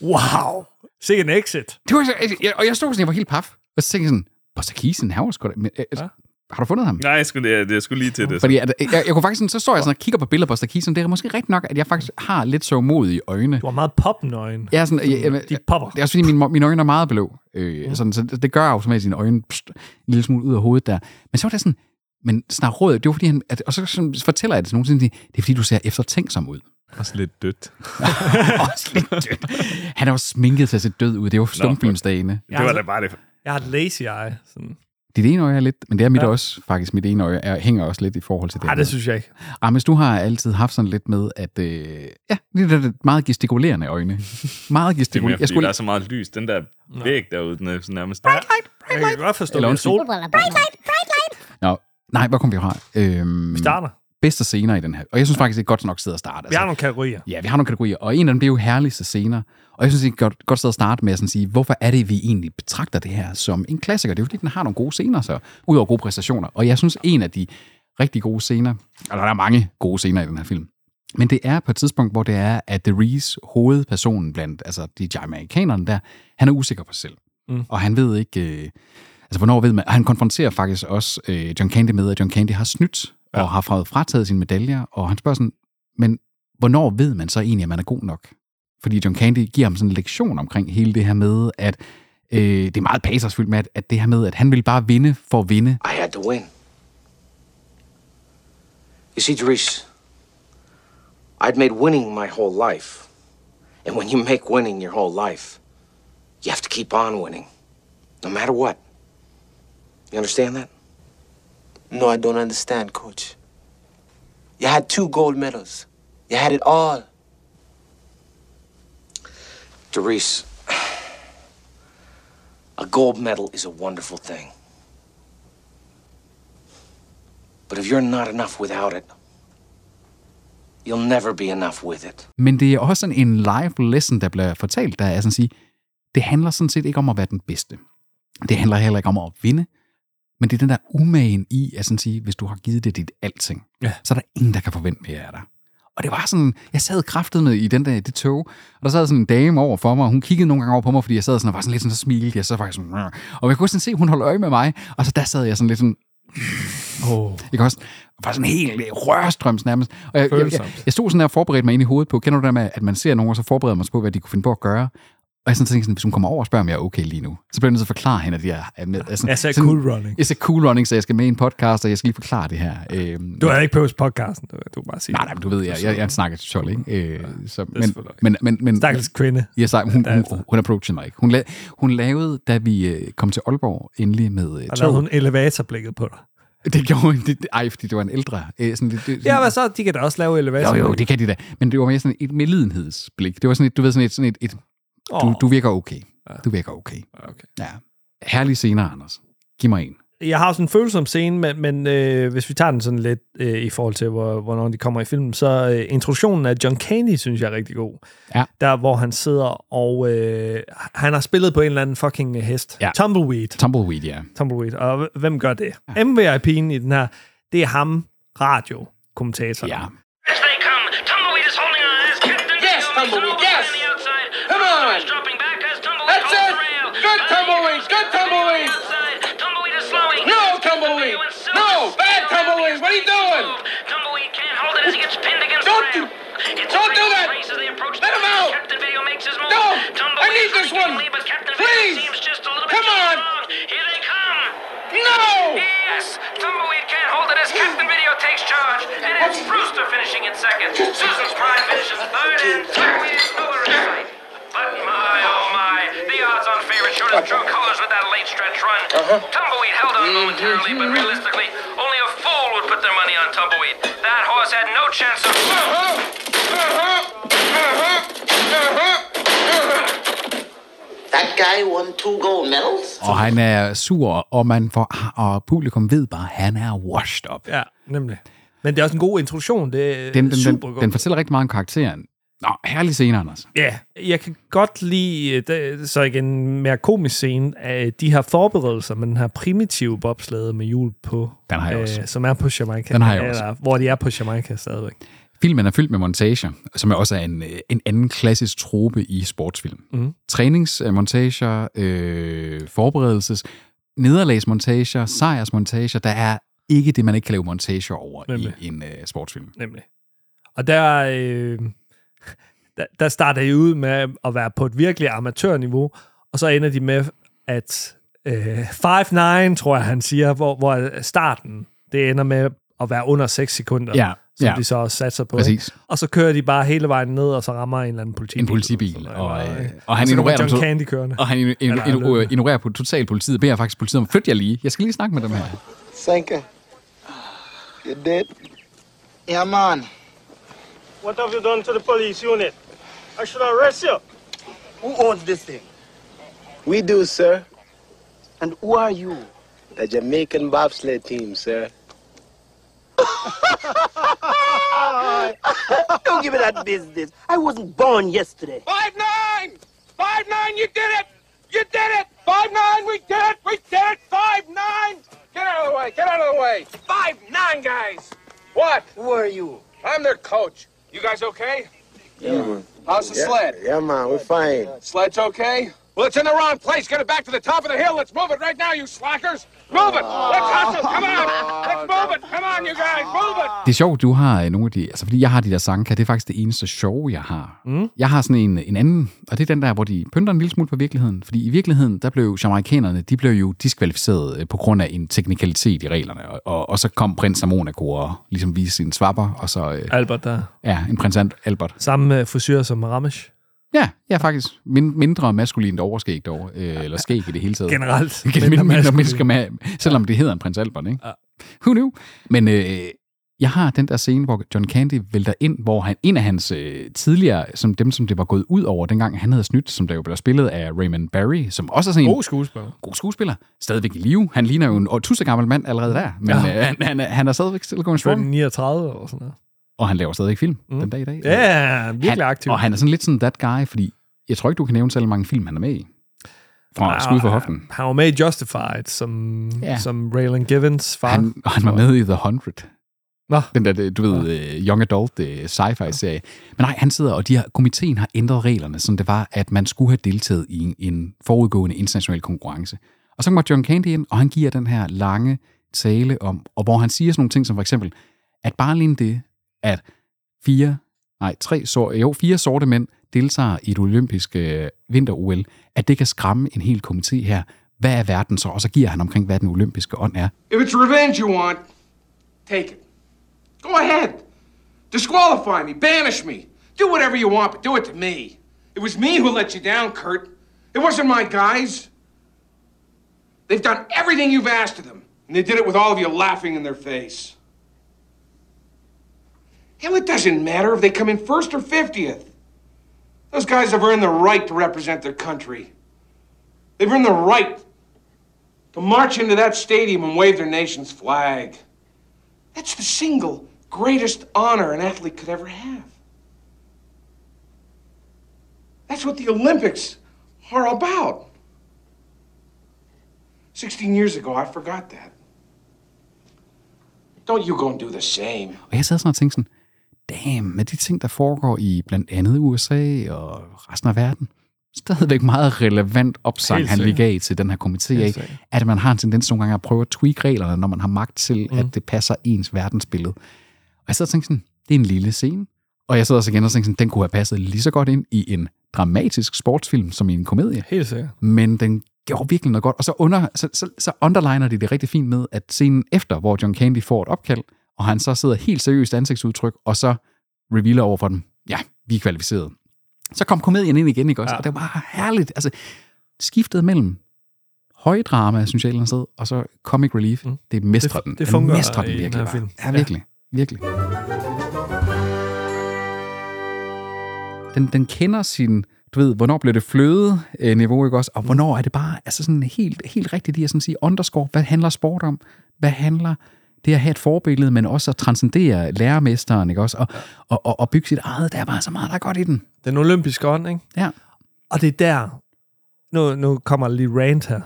Wow. Sikke en exit. Det var, så- altså, jeg, og jeg stod sådan, jeg var helt paf. Og så tænkte jeg sådan, Buster Keaton, han var sgu da... Men, øh, altså, Har du fundet ham? Nej, jeg skulle, jeg, jeg skulle lige til det. Fordi at, jeg, jeg, kunne faktisk sådan, så står jeg sådan og kigger på billeder på Buster Keaton. Det er måske rigtigt nok, at jeg faktisk har lidt sørgmodige øjne. Du var meget popnøgen. Jeg er sådan, jeg, jeg, De popper. Det er også fordi, mine, mine øjne er meget blå. Øh, mm. sådan, så det det gør automatisk dine øjne pst, en lille smule ud af hovedet der. Men så var det sådan, men snart rådet, det var fordi han, at, og så sådan, fortæller jeg det til nogen, sådan, det er fordi, du ser eftertænksom ud. Også lidt dødt. også lidt død. Han har jo sminket sig til død ud, det var stumfilmsdagene. Det var da bare det. Jeg har et lazy eye. Sådan. Dit ene øje er lidt, men det er mit ja. også, faktisk. Mit ene øje er, hænger også lidt i forhold til det. Nej, her. det synes jeg ikke. Rammes, du har altid haft sådan lidt med, at øh, ja, det der det meget gestikulerende øjne. Meget Det er mere, gestikulerende. fordi skulle... der er så meget lys. Den der væg derude, den er sådan nærmest... Jeg kan godt forstå, Eller at undskyld. sol Nå, nej, hvor kom vi fra? Øhm, starter. bedste scener i den her. Og jeg synes faktisk, det er et godt nok sted at starte. Vi har Altså, nogle kategorier. ja, vi har nogle kategorier, og en af dem det er jo herligste scener. Og jeg synes, det er et godt, godt sted at starte med at sådan sige, hvorfor er det, vi egentlig betragter det her som en klassiker? Det er jo fordi, den har nogle gode scener, så udover gode præstationer. Og jeg synes, en af de rigtig gode scener, eller der er mange gode scener i den her film, men det er på et tidspunkt, hvor det er, at The Reese, hovedpersonen blandt altså de jamaikanerne der, han er usikker på sig selv. Mm. Og han ved ikke, øh, altså hvornår ved man, og han konfronterer faktisk også øh, John Candy med, at John Candy har snydt ja. og har fået frataget sine medaljer, og han spørger sådan, men hvornår ved man så egentlig, at man er god nok? Fordi John Candy giver ham sådan en lektion omkring hele det her med, at øh, det er meget pasersfyldt med, at, at det her med, at han vil bare vinde for at vinde. I had to win. You see, Dries, I'd made winning my whole life. And when you make winning your whole life, you have to keep on winning, no matter what. You understand that? No, I don't understand, coach. You had two gold medals. You had it all. Dries, a gold medal is a wonderful thing. But if you're not enough without it, you'll never be enough with it. Men det er også sådan en live lesson, der bliver fortalt, der er sådan at sige, det handler sådan set ikke om at være den bedste. Det handler heller ikke om at vinde, men det er den der umagen i, at sådan sige, hvis du har givet det dit alting, ja. så er der ingen, der kan forvente mere af dig. Og det var sådan, jeg sad kraftet med i den der, det tog, og der sad sådan en dame over for mig, og hun kiggede nogle gange over på mig, fordi jeg sad sådan og var sådan lidt sådan, så smilte jeg, så var jeg sådan, "Rrr." og jeg kunne sådan se, at hun holdt øje med mig, og så der sad jeg sådan lidt sådan, Oh. ikke også? Og Var sådan helt øh, rørstrøms nærmest. Og jeg, jeg, jeg, Følsomt. jeg stod sådan der og forberedte mig ind i hovedet på, kender du det der med, at man ser nogen, og så forbereder man sig på, hvad de kunne finde på at gøre. Og jeg sådan tænkte, sådan, hvis hun kommer over og spørger, om jeg er okay lige nu, så bliver jeg nødt til at forklare hende, at jeg er med. Altså, Jeg sagde cool running. Jeg sagde cool running, så jeg skal med i en podcast, og jeg skal lige forklare det her. Øhm, Du har ikke på podcasten, du, du bare sige. Nej, nej, men du ved, jeg, jeg, jeg snakker til Tjolle, ikke? Øh, så, men, selvfølgelig men, men, men, Stakkels kvinde. Ja, så, hun, hun, altså- hun, hun approachede mig ikke. Hun, la, hun lavede, da vi øh, kom til Aalborg endelig med øh, Og tog. lavede hun elevatorblikket på dig. Det gjorde hun. Det, ej, fordi det var en ældre. Øh, sådan, lidt- det, Ja, hvad så? De kan da også lave Jo, elevator. jo, det kan de da. Men det var mere sådan et medlidenhedsblik. Det var sådan et, du ved, sådan et, sådan et, et du, du virker okay. Du virker okay. Okay. Ja. Herlig scener, Anders. Giv mig en. Jeg har sådan en følsom scene, men, men øh, hvis vi tager den sådan lidt øh, i forhold til, hvor, hvornår de kommer i filmen, så øh, introduktionen af John Candy, synes jeg er rigtig god. Ja. Der, hvor han sidder og... Øh, han har spillet på en eller anden fucking øh, hest. Ja. Tumbleweed. Tumbleweed, ja. Tumbleweed. Og h- hvem gør det? Ja. MVIP'en i den her, det er ham, radiokommentatoren. ja. As they come, Tumbleweed is holding on as Captain Yes, Seal makes an Tumbleweed, opening yes. on the outside. Come Armstrong on. is dropping back as Tumbleweed That's holds it. the rail. Good Bobby Tumbleweed, keeps good the big man Tumbleweed. outside. Tumbleweed is slowing. No, It's the Tumbleweed. blue and silver No, seal bad on Tumbleweed. What are you the doing? move. Tumbleweed can't hold it as he gets pinned against Don't the rail. do- It's a don't do three-way that. race as they approach Let the him line. out. Captain Video makes his move. No, I Tumbleweed need is this taking one. lead, but Captain Video Please. seems just a little bit Come too on. strong. Here they come. No! Yes! Tumbleweed can't hold it as Captain Video takes charge, and it's Brewster finishing in second. Susan's Prime finishes third, and Tumbleweed is nowhere in sight. But my, oh my, the odds on favorite showed its true colors with that late stretch run. Uh-huh. Tumbleweed held on momentarily, but realistically, only a fool would put their money on Tumbleweed. That horse had no chance of. That guy won two gold medals? Og han er sur, og, man får, og publikum ved bare, at han er washed up. Ja, nemlig. Men det er også en god introduktion. Det er Den, den, super den, god. den fortæller rigtig meget om karakteren. Nå, herlig scene, Anders. Ja, jeg kan godt lide, øh, det- så igen en mere komisk scene, af de her forberedelser med den her primitive bobslæde med hjul på. øh, Den har jeg også. Som er på Jamaica. Den har jeg også. Eller, hvor de er på Jamaica stadigvæk. Filmen er fyldt med montager, som er også er en, øh, en anden klassisk trope i sportsfilm. Mhm. Mm. Træningsmontager, øh, forberedelses, nederlagsmontager, sejrsmontager. Der er ikke det, man ikke kan lave montager over Nemlig. i en øh, sportsfilm. Nemlig. Og der, øh, der, der starter de ud med at være på et virkelig amatørniveau, og så ender de med, at øh, 5-9, tror jeg, han siger, hvor, hvor starten, det ender med at være under 6 sekunder, Ja, som ja. Altså, de så også satser på. Præcis. ikke? Og så kører de bare hele vejen ned, og så rammer en eller anden politibil. En politibil. Eller sådan Og, og, noget. øh, Eller- og han så kommer ignorerer dem John to- Candy kørende. Og han in, in, Eller- in, in, ignorerer på totalt politiet, beder faktisk politiet om, flyt jer lige, jeg skal lige snakke med dem her. Senka, you dead? Yeah, man. What have you done to the police unit? I should arrest you. Who owns this thing? We do, sir. And who are you? The Jamaican bobsled team, sir. Don't give me that business. I wasn't born yesterday. Five nine! Five nine, you did it! You did it! Five nine, we did it! We did it! Five nine! Get out of the way! Get out of the way! Five nine, guys! What? Who are you? I'm their coach. You guys okay? Yeah. How's the sled? Yeah, man, we're fine. Sled's okay? Well, it's in the wrong place. Get it back to the top of the hill. Let's move it right now, you slackers. Move it. Let's hustle. Come on. Let's move it. Come on, you guys. Move it. Det er sjovt, du har øh, nogle af de... Altså, fordi jeg har de der sangka, det er faktisk det eneste sjove, jeg har. Mm. Jeg har sådan en, en anden, og det er den der, hvor de pynter en lille smule på virkeligheden. Fordi i virkeligheden, der blev jamaikanerne, de blev jo diskvalificeret øh, på grund af en teknikalitet i reglerne. Og, og, og så kom prins af Monaco og ligesom viste sine svapper, og så... Øh, Albert der. ja, en prins An- Albert. Samme øh, frisyr som Ramesh. Ja, ja faktisk. Min, mindre maskulint overskæg dog, øh, eller skæg i det hele taget. Generelt. Mindre, mindre, mindre mennesker med, selvom det hedder en prins Albert, ikke? Ja. Who knew? Men øh, jeg har den der scene, hvor John Candy vælter ind, hvor han, en af hans øh, tidligere, som dem, som det var gået ud over, dengang han havde snydt, som der jo blev spillet af Raymond Barry, som også er sådan en God skuespiller. god skuespiller, stadigvæk i live. Han ligner jo en tusind gammel mand allerede der, men ja. øh, han, han, er- han er stadigvæk still going strong, 39 eller sådan noget. og han laver stadigvæk film mm. den dag i dag. Ja, virkelig han, aktiv. Og han er sådan lidt sådan that guy, fordi jeg tror ikke, du kan nævne særlig mange film, han er med i. Fra Skud for hoften. Ah, Han var med i Justified, som, Ja. ja. som Raylan Givens far. Han, og han var med i The 100. Nå, Den der, du ved, øh, young adult øh, sci-fi-serie. Men nej, han sidder, og de her, komiteen har ændret reglerne, sådan det var, at man skulle have deltaget i en, en forudgående international konkurrence. Og så kommer John Candy ind, og han giver den her lange tale om, og hvor han siger sådan nogle ting som for eksempel, at bare lige det, at fire, nej, tre, sor- jo, fire sorte mænd deltager i et olympisk øh, vinter-OL, at det kan skræmme en hel komité her. Hvad er verden så? Og så giver han omkring, hvad den olympiske ånd er. If it's revenge you want, take it. Go ahead. Disqualify me, banish me. Do whatever you want, but do it to me. It was me who let you down, Kurt. It wasn't my guys. They've done everything you've asked of them, and they did it with all of you laughing in their face. Hell, it doesn't matter if they come in first or 50th. Those guys have earned the right to represent their country. They've earned the right to march into that stadium and wave their nation's flag. That's the single greatest honor an athlete could ever have. That's what the Olympics are about. 16 years ago, I forgot that. Don't you go and do the same. Og jeg sad sådan og tænkte sådan, damn, med de ting, der foregår i blandt andet USA og resten af verden, stadigvæk meget relevant opsang, Helt han lige sikkert. gav til den her komité af, at man har en tendens nogle gange at prøve at tweak reglerne, når man har magt til, mm. at det passer ens verdensbillede. Og jeg sad og tænkte sådan, det er en lille scene. Og jeg sad også igen og tænkte sådan, den kunne have passet lige så godt ind i en dramatisk sportsfilm som i en komedie Helt sikkert. men den gjorde virkelig noget godt. Og så, under, så, så, så underliner de det rigtig fint med, at scenen efter, hvor John Candy får et opkald, og han så sidder helt seriøst ansigtsudtryk, og så revealer over for dem, ja, vi er kvalificerede. Så kom komedien ind igen, ikke også? Ja. Og det var bare herligt. Altså, skiftet mellem højdrama, synes jeg et eller andet sted, og så comic relief, mm. det mestrer Det- den. det den fungerer mestrer i den den virkelig her bare. film. Ja, virkelig. Ja. Virkelig. den, den kender sin, du ved, hvornår bliver det fløde øh, niveau, ikke også? Mm. Og hvornår er det bare, altså sådan helt, helt rigtigt, det at sådan sige, underscore, hvad handler sport om? Hvad handler det at have et forbillede, men også at transcendere lærermesteren, ikke også? Og, og, og, og bygge sit eget, der er bare så meget, der er godt i den. Den olympiske ånd, ikke? Ja. Og det er der, nu, nu kommer der lige rant her.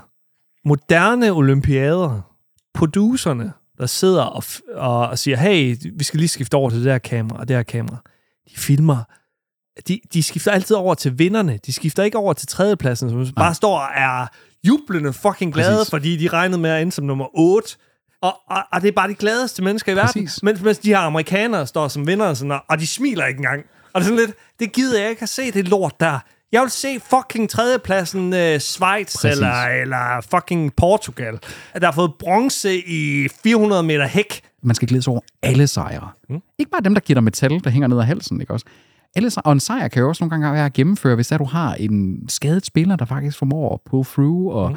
Moderne olympiader, producerne, der sidder og, f- og, og siger, hey, vi skal lige skifte over til det her kamera og det her kamera. De filmer, de, de skifter altid over til vinderne. De skifter ikke over til tredjepladsen, som bare står og er jublende fucking glade, Præcis. Præcis. fordi de regnede med at ende som nummer 8. Og, og, og det er bare de gladeste mennesker i verden. Præcis. Mens, mens de her amerikanere står som vinder, sådan, og, og de smiler ikke engang. Og det er sådan lidt, det gider jeg ikke at se det lort der. Jeg vil se fucking tredjepladsen øh, Schweiz Præcis. eller, eller fucking Portugal, der har fået bronze i 400 meter hæk. Man skal glæde sig over alle sejre. Mm. Ikke bare dem, der giver dig metal, der hænger ned ad halsen, ikke også? Alle sejre, og en sejr kan jo også nogle gange være at gennemføre, hvis der du har en skadet spiller, der faktisk formår at pull through, og, mm.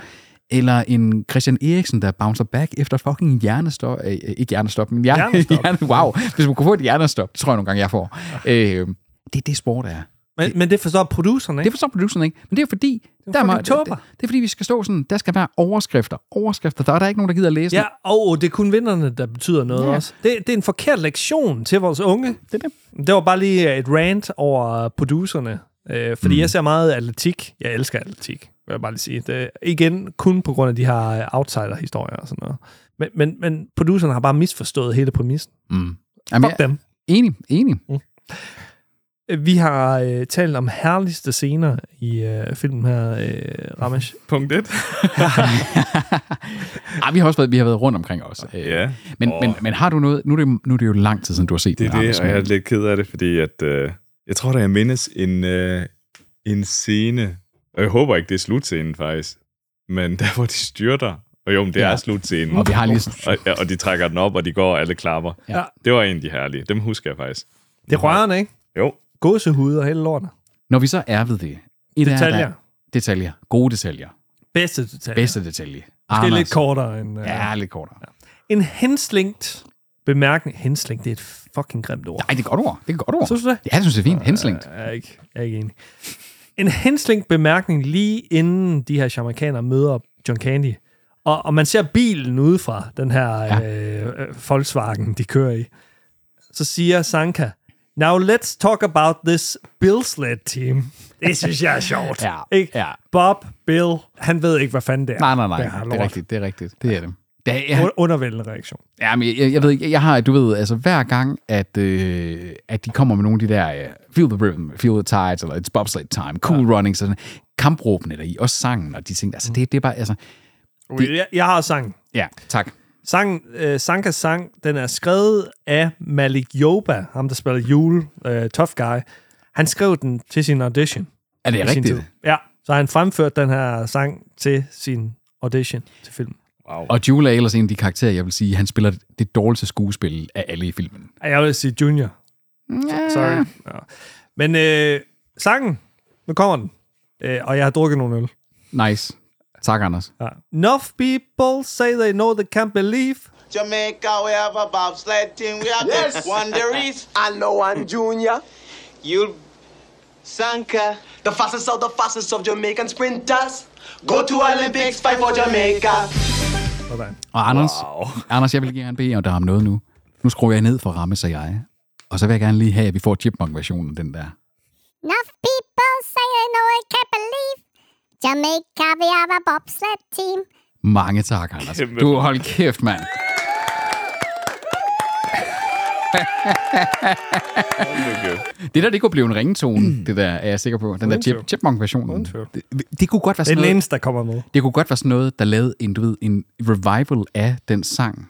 eller en Christian Eriksen, der bouncer back efter fucking hjernestop. Øh, øh, ikke hjernestop, men hjerne, Hjernestop. hjerne, wow. Hvis man kunne få et hjernestop, det tror jeg nogle gange, jeg får. Øh, det er det, sport er. Men, men det forstår producerne, Det ikke? forstår produceren ikke. Men det er jo fordi, der er, fucking meget- det, det, tåber. det er fordi, vi skal stå sådan, der skal være overskrifter. Overskrifter, der er der ikke nogen, der gider at læse Ja, og det er kun vinderne, der betyder noget Ja. ja. også. Det, det er en forkert lektion til vores unge. Det er det. Det var bare lige et rant over producerne. Øh, fordi mm. jeg ser meget atletik. Jeg elsker atletik, vil jeg bare lige sige. Det, igen, kun på grund af de her øh, outsider-historier og sådan noget. Men, men, men producerne har bare misforstået hele præmissen. Jamen, Fuck dem. Enig, enig. Øh, Vi har øh, talt om herligste scener i øh, filmen her, øh, Ramesh. Punkt 1. Ej, Ah, vi har også været, vi har været rundt omkring også. Øh, Ja. Men, Åh. men, men har du noget... Nu er, det, nu er det jo lang tid siden, du har set Det er den, Anders, det, og jeg er men- lidt ked af det, fordi at, øh, jeg tror da, jeg mindes en, øh, en scene, og jeg håber ikke, det er slutscenen faktisk, men der, hvor de styrter, og jo, men det Ja. ja. er slutscenen. Og vi har lige... og, ja, og de trækker den op, og de går, og alle klapper. Ja. Det var egentlig herlige. Dem husker jeg faktisk. Det er rørende, ikke? Jo. Gåsehud og hele lorten. Når vi så er ved det... Et er, Detaljer. der- Detaljer. Gode detaljer. Bedste detaljer. Bedste detalje. Det er lidt kortere end... Øh, Ja, lidt kortere. En henslængt bemærkning. Henslængt, det er et fucking grimt ord. Ej, det er et godt ord. Det er et godt ord. Synes du det? Ja, jeg synes, det er fint. Henslængt. Jeg er ikke, jeg er ikke enig. En henslængt bemærkning lige inden de her jamaikanere møder John Candy. Og, og man ser bilen udefra, den her ja. øh, øh, Volkswagen, de kører i. Så siger Sanka, Now let's talk about this Bill Sled team. Det synes jeg er sjovt. Ja, ikke? ja. Bob, Bill, han ved ikke, hvad fanden det er. Nej, nej, nej. her Det lort. er rigtigt. Det er rigtigt. Det er det. Det er, jeg, U- Undervældende reaktion. Ja, men jeg, jeg, jeg ved ikke, jeg har, du ved, altså hver gang, at, øh, at de kommer med nogle af de der øh, Feel the Rhythm, Feel the Tides, eller It's Bobsled Time, Cool ja. Running, sådan kampråbene der i, også sangen og de ting. Mm. Altså det, det er bare, altså, Jeg, jeg har sangen. ja, tak. Sangen, øh, Sankas sang, den er skrevet af Malik Yoba, ham der spiller Jule, øh, Tough Guy. Han skrev den til sin audition. Er det i sin tid. rigtigt? Ja, så han fremførte den her sang til sin audition til filmen. Og Jule er ellers en af de karakterer, jeg vil sige, han spiller det dårligste skuespil af alle i filmen. Ej, Jeg vil sige junior. Yeah. Sorry. Ja. Men øh, sangen, nu kommer den. Øh, og jeg har drukket nogle øl. Nice. Tak, Anders. Ja. Enough people say they know they can't believe. Jamaica, we have a bobsled team. We have yes. Wanderies. I know one junior. You'll. Sanka. The fastest of the fastest of Jamaican sprinters. Go to Olympics, fight for Jamaica. Sådan. Og Anders, wow. Anders, jeg vil gerne bede dig om noget nu. Nu skruer jeg ned for ramme, så jeg. Og så vil jeg gerne lige have, at vi får Chipmunk-versionen af den der. Enough people say they know I can't believe Jamaica, we have a bobsled team. Mange tak, Anders. Kæmpe. Du hold kæft, mand. Det der, det kunne blive en ringetone, det der er jeg sikker på. Den der chip, Chipmunk-version. Det, det, kunne godt være Det er sådan den noget, eneste, der kommer med. det kunne godt være sådan noget, der lavede en, du ved, en revival af den sang.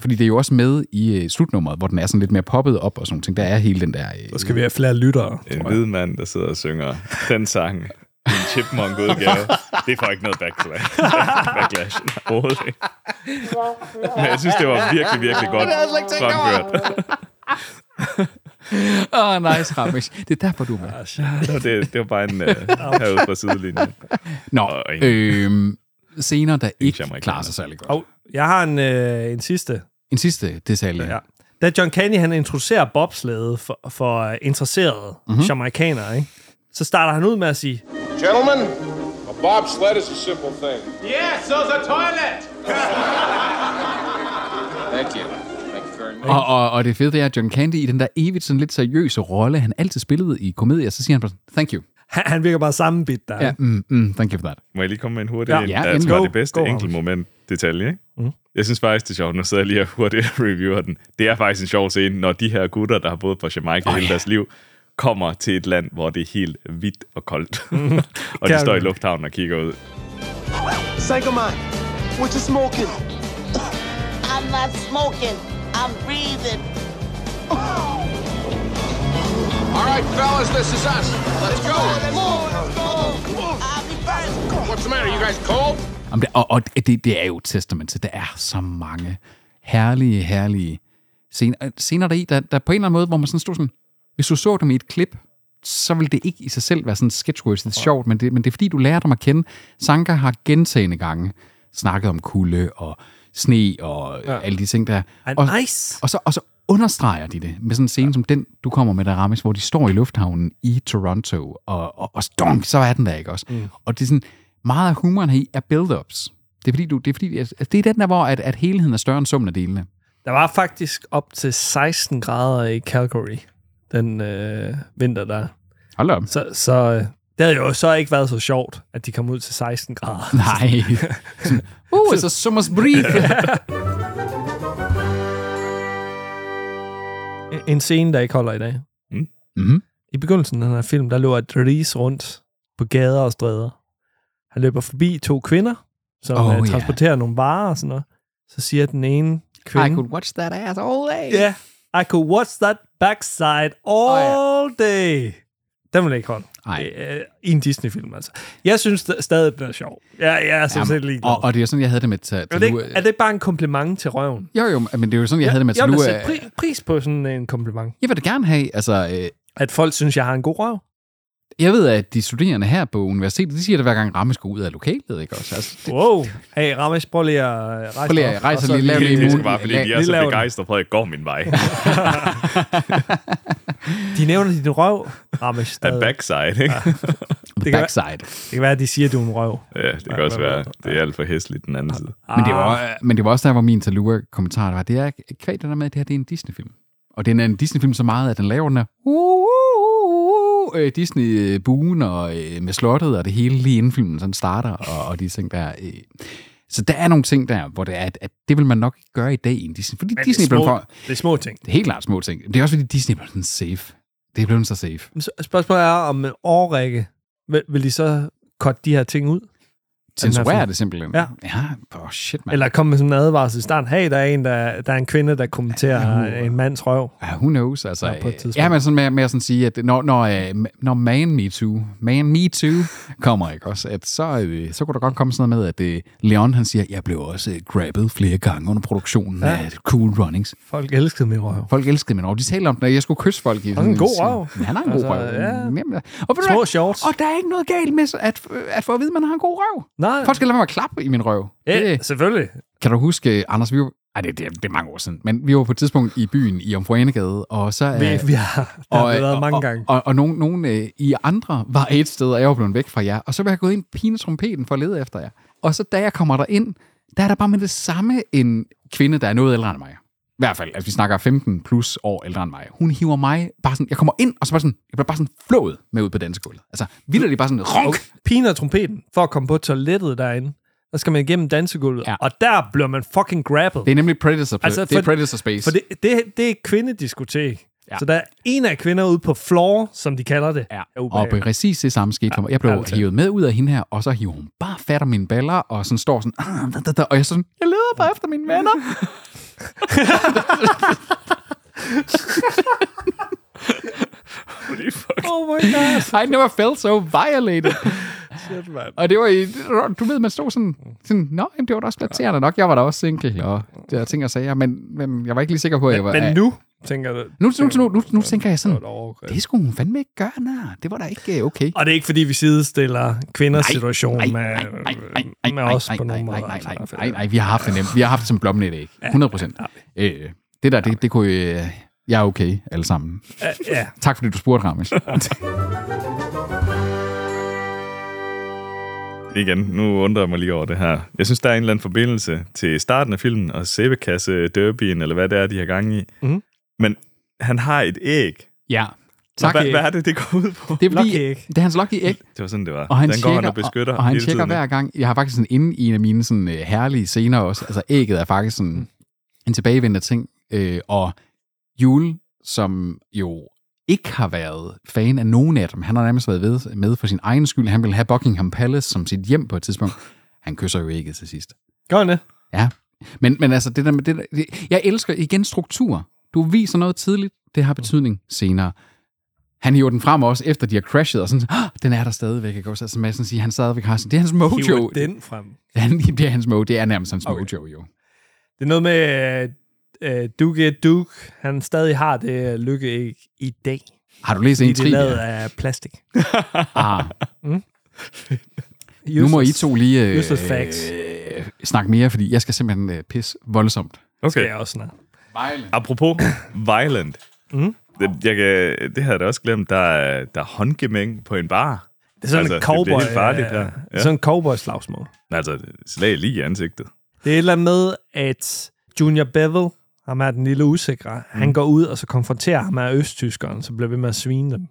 Fordi det er jo også med i øh, slutnummeret, hvor den er sådan lidt mere poppet op og sådan nogle ting. Der er hele den der... Øh, Så skal vi have flere lyttere. En hvid mand, der sidder og synger den sang. i En chipmunk-udgave. Det får ikke noget backlash. backlash overhovedet ikke. Men jeg synes, det var virkelig, virkelig godt fremført. Åh, oh, nice, Ramesh. Det er derfor, du er med. Det var, det, det var bare en uh, herude fra sidelinjen. Nå, Og en- øh, scener, der ikke amerikaner. klarer sig særlig godt. Og jeg har en, øh, en sidste. En sidste detalje. Ja. Da John Candy han introducerer bobslæde for, for øh, interesserede Mhm. mm-hmm. jamaikanere, ikke? så starter han ud med at sige, Gentlemen, a bobsled is a simple thing. Yeah, so's a toilet. Thank you. Thank you very much. Og, og, og det fede det er, at John Candy i den der evigt sådan lidt seriøse rolle, han altid spillede i komedier, så siger han bare, sådan, thank you. han, han virker bare sammenbidt der. Ja, mm, mm, thank you for that. Må jeg lige komme med en hurtig Ja, en? ja, jeg endelig. tror, Go, det bedste go, enkelt Anders. Mhm. moment detalje, ikke? Mm. Jeg synes faktisk, det er sjovt. Nu sidder jeg lige og hurtigt reviewer den. Det er faktisk en sjov scene, når de her gutter, der har boet på Jamaica oh, hele deres liv, kommer til et land, hvor det er helt hvidt og koldt. Mhm. og de Kan- står i lufthavnen og kigger ud. Psycho man, what you smoking? I'm not smoking. I'm breathing. All right, fellas, this is us. Let's go. I'll be first. What's the matter? You guys cold? Om det, og og det, det er jo testament, så der er så mange herlige, herlige scener, Øh, scener deri, der, der på en eller anden måde, hvor man sådan stod sådan, hvis du så dem i et klip, så vil det ikke i sig selv være sådan sketchworthy, det er sjovt, men det, men det er fordi, du lærer dem at kende. Sanka har gentagende gange snakket om kulde og sne og ja. alle de ting der. And Og, ice. Og så, og så understreger de det med sådan en scene ja. som den, du kommer med, der Ramis, hvor de står i lufthavnen i Toronto, og, og, og stonk, så er den der, ikke også? Mm. Og det er sådan, meget af humoren her i er build-ups. Det er fordi, du, det er, fordi, altså, det er den der, hvor at, at helheden er større end summen af delene. Der var faktisk op til 16 grader i Calgary den øh, vinter der. Hold da op. Så, så øh, det havde jo så ikke været så sjovt, at de kom ud til 16 grader. Nej. Sådan, uh, it's a summer's breeze. En scene, der ikke holder i dag. Mm. Mhm. I begyndelsen af den her film, der løber et ris rundt på gader og stræder. Han løber forbi to kvinder, som Oh, oh, ja. transporterer nogle varer og sådan noget. Så siger den ene kvinde... I could watch that ass all day. Yeah, I could watch that backside all oh, ja. day. Den vil jeg ikke holde. Ej. Øh, I en Disney-film, altså. Jeg synes st- stadig, den er sjov. Jeg, jeg er sådan set lige og, og det er sådan, jeg havde det med til, er, til det ikke, er det ikke bare en kompliment til røven? Jo, jo, men det er jo sådan, jeg havde det med til jeg vil nu. da sætte pri- pris på sådan en kompliment. Jeg vil da gerne have, altså, øh, At folk synes, jeg har en god røv. Jeg ved, at de studerende her på universitetet, de siger det hver gang ramme skal ud af lokalet, ikke også? Altså, det, Wow. Hey, Ramesh, prøv lige at øh, rejse Prøv lige dig at op, rejse og så lige, lav lige- lige Det muligt. skal bare, fordi de er Lige så lav den. begejstrede for, at jeg går min vej. De nævner din røv, Ramesh. Af stadig. backside, ikke? det det kan backside. Det kan være, at de siger, at du er en røv. Ja, det kan også være. Det er alt for hæsligt den anden side. Men det, Ah. var, men det var også der, hvor min Talua-kommentar var. Det er kvæg det der med, at det her det er en Disney-film. Og den er en Disney-film så meget, at den laver den her uh, uh, uh, uh, øh, Disney-buen og øh, med slottet og det hele lige inden filmen sådan starter og, og de ting der. Øh. Så der er nogle ting der, hvor det er, at, at det vil man nok ikke gøre i dag i en Disney. Fordi Men Disney det, er blev små, for... det er små ting. Det er helt klart små ting. Det er også fordi Disney blev sådan safe. Det blev den så safe. Men så- Spørgsmålet er, om en årrække, vil, vil de så korte de her ting ud? her Censurere film. det simpelthen. Ja. ja oh shit, mand. Eller komme med sådan en advarsel i starten. Hey, der er en, der, der er en kvinde, der kommenterer en mands røv. Ja, who knows? Altså, Ja, ja, på et tidspunkt. ja men sådan med, med at sådan sige, at når, når, øh, når man me too, man me too kommer, ikke også, at så, øh, så kunne der godt komme sådan noget med, at øh, Leon han siger, jeg blev også øh, grabbet flere gange under produktionen ja. af Cool Runnings. Folk elskede min røv. Folk elskede min røv. De taler om den, og jeg skulle kysse folk. I en god røv. Ja, han har en Altså, god røv. ja. Jamen, og, ved du Små hvad? shorts. Og der er ikke noget galt med at, at få at vide, at man har en god røv. Nej. Folk skal lade være med at klappe i min røv. Ja, Det- selvfølgelig. kan du huske, Anders, vi var... Ej, det, det, det er mange år siden. Men vi var på et tidspunkt i byen i Omforenegade, og så... øh, Vi, vi har, der har vi været mange og, gange. Og, og, og nogen, nogen øh, I andre var et sted, og jeg var blevet væk fra jer. Og så var jeg gået ind pine trompeten for at lede efter jer. Og så da jeg kommer der ind, der er der bare med det samme en kvinde, der er noget ældre end mig. I hvert fald, at vi snakker 15 plus år ældre end mig. Hun hiver mig bare sådan, jeg kommer ind, og så bare sådan, jeg bliver bare sådan flået med ud på dansegulvet. Altså, vildt det bare sådan, ronk! piner trompeten for at komme på toilettet derinde. Der skal man igennem dansegulvet, ja. Ja. og der bliver man fucking grabbet. Det er nemlig Predator, altså, det er for- Predator Space. For det, det, det er et kvindediskotek. Ja. Ja. Så der er en af kvinder ude på floor, som de kalder det. Ja, Er og ubehageligt. altså. præcis det samme skete for mig. Jeg blev altid. hivet med ud af hende her, og så hiver hun bare fat om mine baller, og sådan står sådan, "Ah, da, da, da," og jeg sådan, jeg leder bare efter mine venner. Holy fuck. oh my god. I never felt so violated. Shit, mand. Og det var i, du ved, man stod sådan, sådan nå, jamen, det var da også flatterende nok, jeg var da også single, og der er ting og sager, men, men jeg var ikke lige sikker på, at jeg var... Men nu, tænker du... Nu, nu, nu, nu, nu tænker jeg sådan, et overgreb. det skulle hun fandme ikke gøre, nej. Det var da ikke øh, okay. Og det er ikke, fordi vi sidestiller kvinders situation med, nej, nej, nej, med os nej, på altså. nogen måde. nej, nej, nej, nej, nej, vi har haft det nemt. Vi har haft det som blommen i dag. 100 procent. Øh, det der, det, det kunne... Øh, jeg er okay, alle sammen. altså, Ja, Tak fordi du spurgte, Ramesh. Igen, nu undrer jeg mig lige over det her. Jeg synes, der er en eller anden forbindelse til starten af filmen og sæbekasse derbyen, eller hvad det er, de har gang i. Mhm. Men han har et æg. ja. Og Tak, Hvad, æg. hvad er det, det går ud på? Det er, fordi, Lucky æg. det er hans lucky æg, Det var sådan, det var. og han Den går tjekker, han og beskytter og, og han hele tjekker tiden. hver gang. Jeg har faktisk sådan inde i en af mine sådan, øh, herlige scener også. Altså ægget er faktisk Mm. sådan en tilbagevendende ting. Øh, og Jule, som jo ikke har været fan af nogen af dem, han har nærmest været ved, med for sin egen skyld. Han ville have Buckingham Palace som sit hjem på et tidspunkt. Han kysser jo ægget til sidst. gør det. Ja, men, men altså, det der med, det der, det, jeg elsker igen struktur. Du viser noget tidligt, det har betydning senere. Han hiver den frem også, efter de har crashet, og sådan, "Ah, den er der stadigvæk, ikke også? Altså, man sådan sige, han stadigvæk har sådan, det er hans mojo. Hiver den frem. Han, det er hans mojo, det er nærmest hans okay. mojo, jo. Det er noget med, øh, øh, Duke Duke, han stadig har det øh, lykkeæg i dag. Har du læst en Det er lavet trivia? af plastik. Ah, Useless. nu må I to lige øh, Useless facts. øh, snakke mere, fordi jeg skal simpelthen øh, pisse voldsomt. Okay. Det Okay, er også snart. apropos Violent. Mm. Det, jeg, kan- det havde jeg da også glemt. Der er, der er håndgemæng på en bar. Det er sådan altså, en det cowboy, bliver helt farligt ja. her. Det er Ja. sådan en cowboy slagsmål. Altså, slag lige i ansigtet. Det er et eller andet med, at Junior Bevel, ham er den lille usikre, mm. han går ud og så konfronterer ham af østtyskeren, så bliver ved med at svine dem.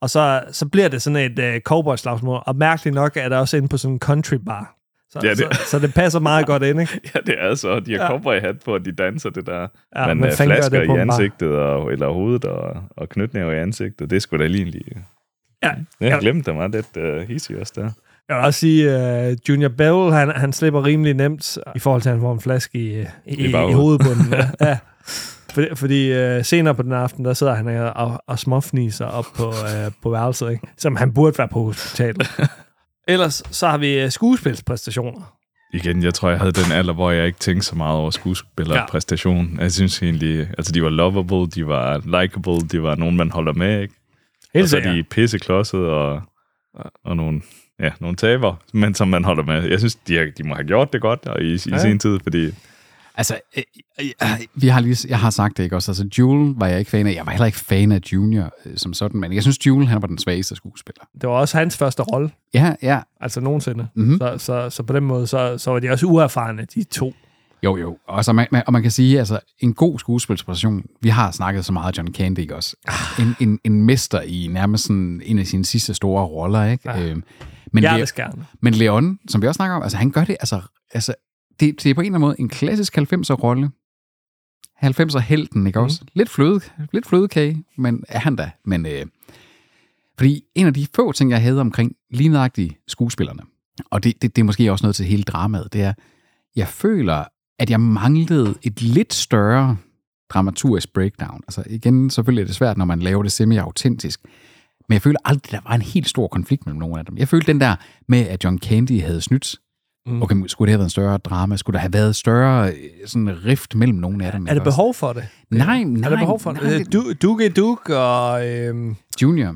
Og så, så bliver det sådan et øh, cowboy-slagsmål, og mærkeligt nok er der også inde på sådan en country bar. Så, Ja, det. det- Så, så det passer meget godt ind, ikke? Ja, det er så. De har Ja. ja. cowboyhat på, og de danser det der. Ja, Ja, man men øh, fanden gør flasker det på i en bar? ansigtet, og, eller hovedet, og, og knytnæver i ansigtet. Det er sgu da lige en lige... Ja, Jeg ja. ja. glemte der meget lidt uh, hissig også der. Jeg vil også sige, at uh, Junior Bevel, han, han slipper rimelig nemt, i forhold til, at han får en flaske i, øh, i, i, i baghovedet. hovedbunden. ja. ja. Fordi, fordi uh, senere på den aften, der sidder han og, og, og småfniser op på, uh, på værelset, ikke? som han burde være på hospitalet. Ellers så har vi øh, skuespilspræstationer. Igen, jeg tror, jeg havde den alder, hvor jeg ikke tænkte så meget over skuespillerpræstation. Ja. Jeg synes egentlig, altså de var lovable, de var likable, de var nogen, man holder med, ikke? Helt og så er sikkert. Altså, de pisseklodset og, og nogle, ja, nogle taber, men som man holder med. Jeg synes, de, har, de må have gjort det godt og i, i ja. sin tid, fordi Altså, øh, øh, øh, vi har lige, jeg har sagt det, ikke også? Altså, Jule var jeg ikke fan af. Jeg var heller ikke fan af Junior øh, som sådan, men jeg synes, Jule, han var den svageste skuespiller. Det var også hans første rolle, Ja, ja. altså nogensinde. Mm-hmm. Så, så, så på den måde, så, så var de også uerfarne, de to. Jo, jo. Og, så man, man, og man kan sige, altså, en god skuespilspræstation, vi har snakket så meget af John Candy, ikke også? En, en, en mester i nærmest sådan en af sine sidste store roller, ikke? Ah. Øhm, men, Le- Hjerteskærende. men Leon, som vi også snakker om, altså, han gør det, altså, altså det, det er på en eller anden måde en klassisk 90'er-rolle. 90'er-helten, ikke også? Lidt, fløde, lidt flødekage, men er han da. Men, øh, fordi en af de få ting, jeg havde omkring lige nøjagtigt skuespillerne, og det, det, det er måske også noget til hele dramaet, det er, jeg føler, at jeg manglede et lidt større dramaturgisk breakdown. Altså igen, selvfølgelig er det svært, når man laver det semi-autentisk, men jeg føler aldrig, der var en helt stor konflikt mellem nogen af dem. Jeg følte den der med, at John Candy havde snydt. Mm. Okay, skulle det have været en større drama? Skulle der have været større øh, sådan rift mellem nogen af dem? Er der behov for det? Nej, nej. er der behov for nej, det? Øh, det? Du, Duke Duke og, øhm, Junior.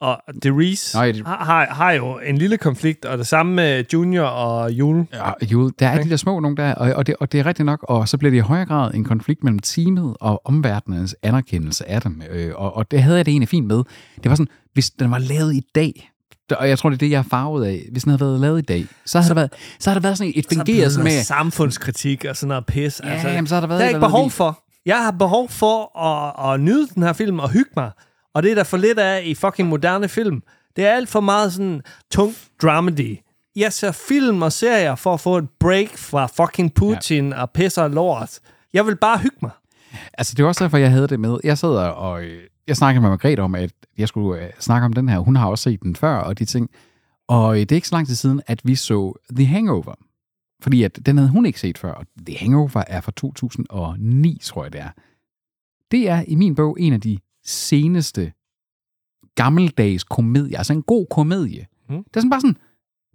og Derice Nej, det- har, har- har jo en lille konflikt, og det samme med Junior og Jule. Ja. Og Ah, jo, der er de der små nogle der, og, og, det, og det er rigtigt nok, og så bliver det i højere grad en konflikt mellem teamet og omverdenens anerkendelse af dem, øh, og, og det havde jeg det egentlig fint med. Det var sådan, hvis den var lavet i dag, der- og jeg tror, det er det, jeg er farvet af, hvis den havde været lavet i dag, så har der været, så har der været sådan et fungeret sådan sådan noget med, samfundskritik og sådan noget pis. altså Ja, jamen, så har der været det er et ikke eller andet behov vildt. for. Jeg har behov for at, at nyde den her film og hygge mig. Og det er der for lidt af i fucking moderne film. Det er alt for meget sådan tung dramedy. Jeg ser film og serier for at få et break fra fucking Putin ja. og pisser og lort. Jeg vil bare hygge mig. Altså, det var også derfor, jeg havde det med. Jeg sad og øh, jeg snakkede med Margrethe om, at jeg skulle øh, snakke om den her. Hun har også set den før, og de ting. Og øh, det er ikke så lang tid siden, at vi så The Hangover. Fordi at den havde hun ikke set før, og The Hangover er fra 2009, tror jeg det er. Det er i min bog en af de seneste gammeldags komedier. Altså en god komedie. Mm. Det er sådan bare sådan,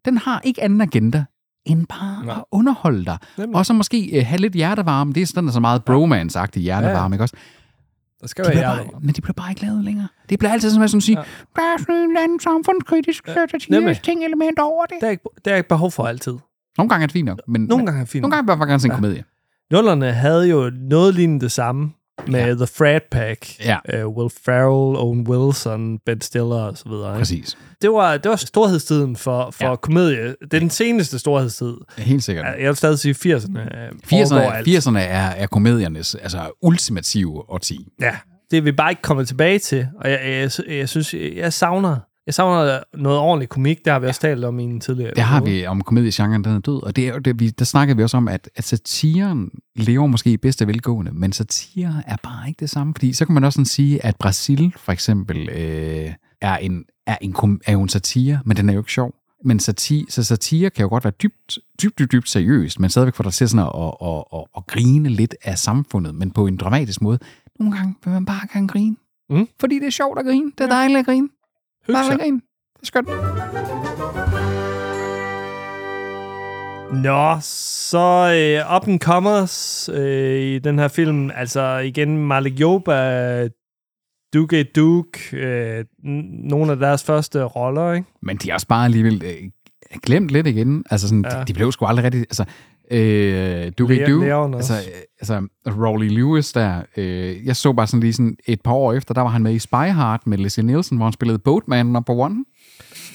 den har ikke anden agenda end bare at underholde dig. Nemlig. Og så måske øh, have lidt hjertevarme. Det er sådan der er så meget bromance-agtig hjertevarme, ikke også? Der skal De bliver bare, men de bliver bare ikke lavet længere. Det bliver altid sådan, at sige, der er sådan en eller anden samfundskritisk øh, ja, nemlig. satirisk ting element over det. Der er, ikke, der er ikke behov for altid. Nogle gange er det fint nok, men Nogle men- gange er det fint nogle gange er det bare gerne en komedie. Nullerne havde jo noget lignende det samme med ja. The Frat Pack, Ja. uh, Will Ferrell, Owen Wilson, Ben Stiller og så videre. Ikke? Præcis. Det var, det var storhedstiden for, for ja. Ja. komedie. Det er den seneste storhedstid. Ja, Helt sikkert. Jeg vil stadig sige 80'erne. øh, 80'erne, foregår alt. 80'erne er, er komediernes altså, ultimative årti. Ja, det er vi bare ikke kommet tilbage til. Og jeg, jeg, jeg, jeg synes, jeg, jeg savner jeg savner noget ordentligt komik. Det har vi også talt om i en tidligere Det har episode. vi om komediegenren, den er død. Og det er, jo det, vi, der snakker vi også om, at, at satiren lever måske i bedste velgående, men satire er bare ikke det samme. Fordi så kan man også sådan sige, at Brasil for eksempel øh, er, en, er, en, kom- er jo en satire, men den er jo ikke sjov. Men satire, så satire kan jo godt være dybt, dybt, dybt, dybt seriøst, men stadigvæk får dig til sådan at, at, at, at, at grine lidt af samfundet, men på en dramatisk måde. Nogle gange vil man bare gerne grine. Mm. Fordi det er sjovt at grine. Det er dejligt at grine. Det er Hygge sig. dejligt at grine. Det er skønt. Nå, så øh, up and comers øh, i den her film. Altså igen, Malik Yoba, Duke Duke, øh, n- nogle af deres første roller, ikke? Men de er også bare alligevel øh, glemt lidt igen. Altså, sådan, Ja. ja. de, de blev sgu aldrig rigtig... Altså, øh, du Leon- kan du, Leon også. altså, øh, altså Rowley Lewis der, øh, jeg så bare sådan lige sådan et par år efter, der var han med i Spy Hard med Leslie Nielsen, hvor han spillede Boatman number one.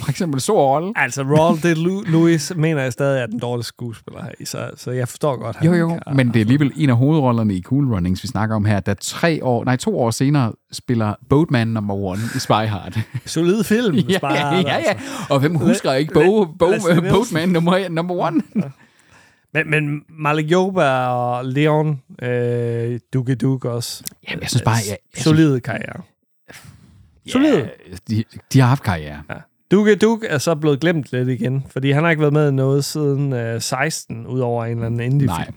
For eksempel stor rolle. Altså, Roald D. Lu- Lewis mener jeg stadig er den dårlige skuespiller her, i, så, så jeg forstår godt, han Jo, ikke jo, har- men det er alligevel en af hovedrollerne i Cool Runnings, vi snakker om her, der tre år, nej, to år senere spiller Boatman number one i Spy Hard. Solid film, ja, Spy ja, Hard, ja, ja. altså. Og hvem husker ikke Bo, Bo, Leslie Nielsen. Boatman number, number one? Men, men Malik Yoba og Leon, øh, Duke Duke også. Jamen, jeg synes bare, altså- jeg, jeg synes, Solide karriere. Solide. de, de har haft karriere. Ja. Duke Duke er så blevet glemt lidt igen, fordi han har ikke været med i noget siden øh, 16, udover en eller anden indie Nej.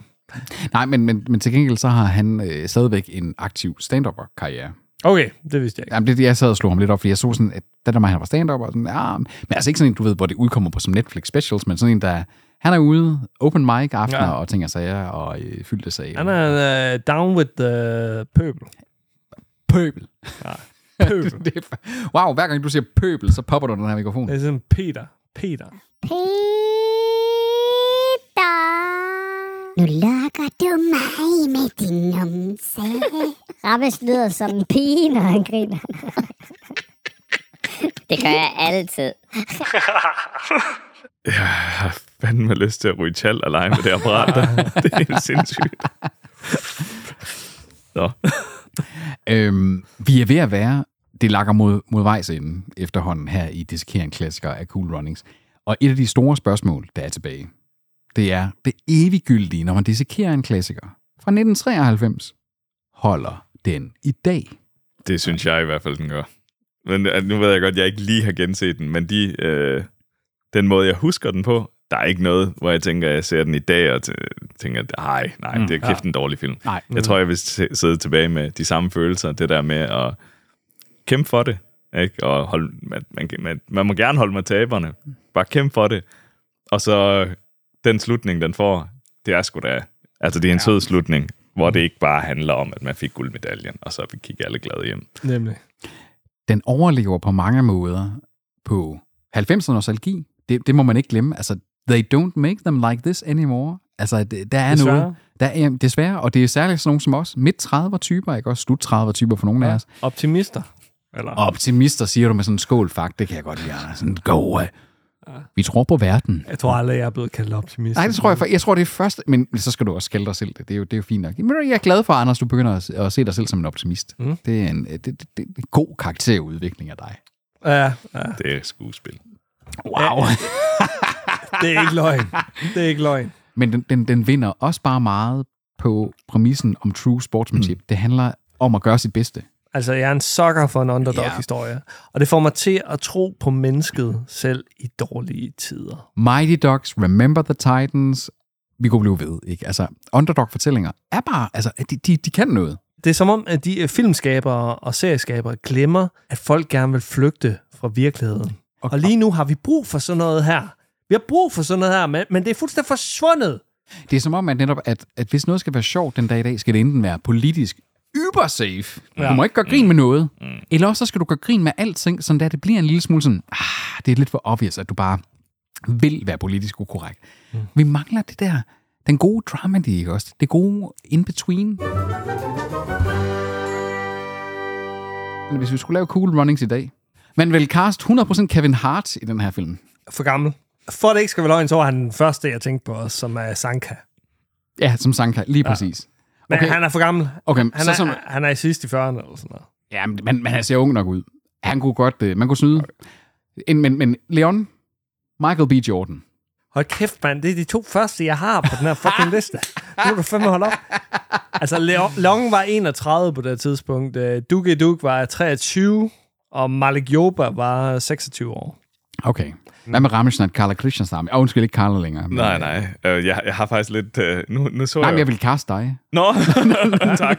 Nej, men, men, men til gengæld så har han øh, stadigvæk en aktiv stand-up-karriere. Okay, det vidste jeg ikke. Jamen, det, er det, jeg sad og slog ham lidt op, fordi jeg så sådan, at da der var, han var stand-up, og sådan, ja, men altså ikke sådan en, du ved, hvor det udkommer på som Netflix specials, men sådan en, der, han er ude, open mic aftener Ja. ja. og ting og sager, og øh, fyldte sig af. Han er uh, down with the pøbel. pøbel. Pøbel. det er, fa- wow, hver gang du siger pøbel, så popper du den her mikrofon. Det er sådan Peter. Peter. Peter. Nu lokker du mig med din numse. Rammes lyder som en pige, når han griner. Det gør jeg altid. Jeg har fandme lyst til at ryge tjal og lege med det apparat der. Det er helt sindssygt. Nå. Øhm, vi er ved at være, det lakker mod, mod vejs inden efterhånden her i Dissekering Klassiker af Cool Runnings. Og et af de store spørgsmål, der er tilbage, det er det eviggyldige, når man dissekerer en klassiker fra 1993. Holder den i dag? Det synes jeg i hvert fald, den gør. Men øh, nu ved jeg godt, at jeg ikke lige har genset den, men de, øh, den måde, jeg husker den på, der er ikke noget, hvor jeg tænker, at jeg ser den i dag, og tæ- tænker, at nej, nej, det er kæft en dårlig film. Nej. Jeg tror, jeg vil s- sidde tilbage med de samme følelser, det der med at kæmpe for det, ikke? og holde, man, man, man, man må gerne holde med taberne, bare kæmpe for det, og så den slutning, den får, det er sgu da, altså det er en sød slutning, hvor det ikke bare handler om, at man fik guldmedaljen, og så vi kigge alle glade hjem. Nemlig. den overlever på mange måder på 90'er nostalgi. Det, det må man ikke glemme. Altså, they don't make them like this anymore. Altså, det, der er Desværre. noget. Der er, jamen, desværre, og det er særligt sådan nogen som os. Midt 30'er typer, ikke også? Slut 30'er typer for nogle ja. af os. Optimister. Eller? Og optimister siger du med sådan en skål, fuck, det kan jeg godt lide, Anders. Sådan, go, ja. Vi tror på verden. Jeg tror aldrig, jeg er blevet kaldt optimist. Nej, det tror jeg for. Jeg tror, det er først, men så skal du også skælde dig selv. Det er jo, det er jo fint nok. Men jeg er glad for, Anders, du begynder at, at se dig selv som en optimist. Mm. Det er en det, det, det, det er god karakterudvikling af dig. Ja, ja, Det er skuespil. Wow. det er ikke løgn. Det er ikke løgn. Men den, den, den vinder også bare meget på præmissen om true sportsmanship. Mm. Det handler om at gøre sit bedste. Altså, jeg er en sucker for en underdog-historie. Og det får mig til at tro på mennesket selv i dårlige tider. Mighty Ducks, Remember the Titans, vi kunne blive ved, ikke? Altså, underdog-fortællinger er bare, altså, de, de, de kan noget. Det er som om, at de øh, filmskabere og serieskabere glemmer, at folk gerne vil flygte fra virkeligheden. Og- Okay. Og lige nu har vi brug for sådan noget her. Vi har brug for sådan noget her, men, men det er fuldstændig forsvundet. Det er som om, at netop, at, at hvis noget skal være sjovt den dag i dag, skal det enten være politisk uber safe. Ja. Du må ikke gøre grin med noget. Mm. Eller også så skal du gøre grin med alting, sådan der det bliver en lille smule sådan, ah, det er lidt for obvious, at du bare vil være politisk ukorrekt. Mm. Vi mangler det der, den gode dramedy, ikke også? Det gode in-between. Men Hvis vi skulle lave cool runnings i dag, man vil cast 100% Kevin Hart i den her film. For gammel. For det ikke skal være løgn, så var han den første, jeg tænkte på, også, som er Sanka. Ja, som Sanka, lige præcis. Men Okay. okay. han er for gammel. Okay, han, så er, som- han er i sidst i 40'erne eller sådan noget. Ja, men man, man ser ung nok ud. Han kunne godt, øh, man kunne snyde. En, men, men Leon, Michael B. Jordan. Hold kæft, mand. Det er de to første, jeg har på den her fucking liste. Nu er du fandme holde op. Altså, Leo- Long var 31 på det her tidspunkt. Øh, Duke Duke var 23. Og Malik Joba var 26 år. Okay. Hvad med Ramachandran, Carla Krishnasammy? Åh, undskyld, ikke Carla længere. Men, Nej, nej. Øh, Jeg, jeg har faktisk lidt... øh, Nu, nu så Nej, men jeg... jeg vil kaste dig. Nå, tak.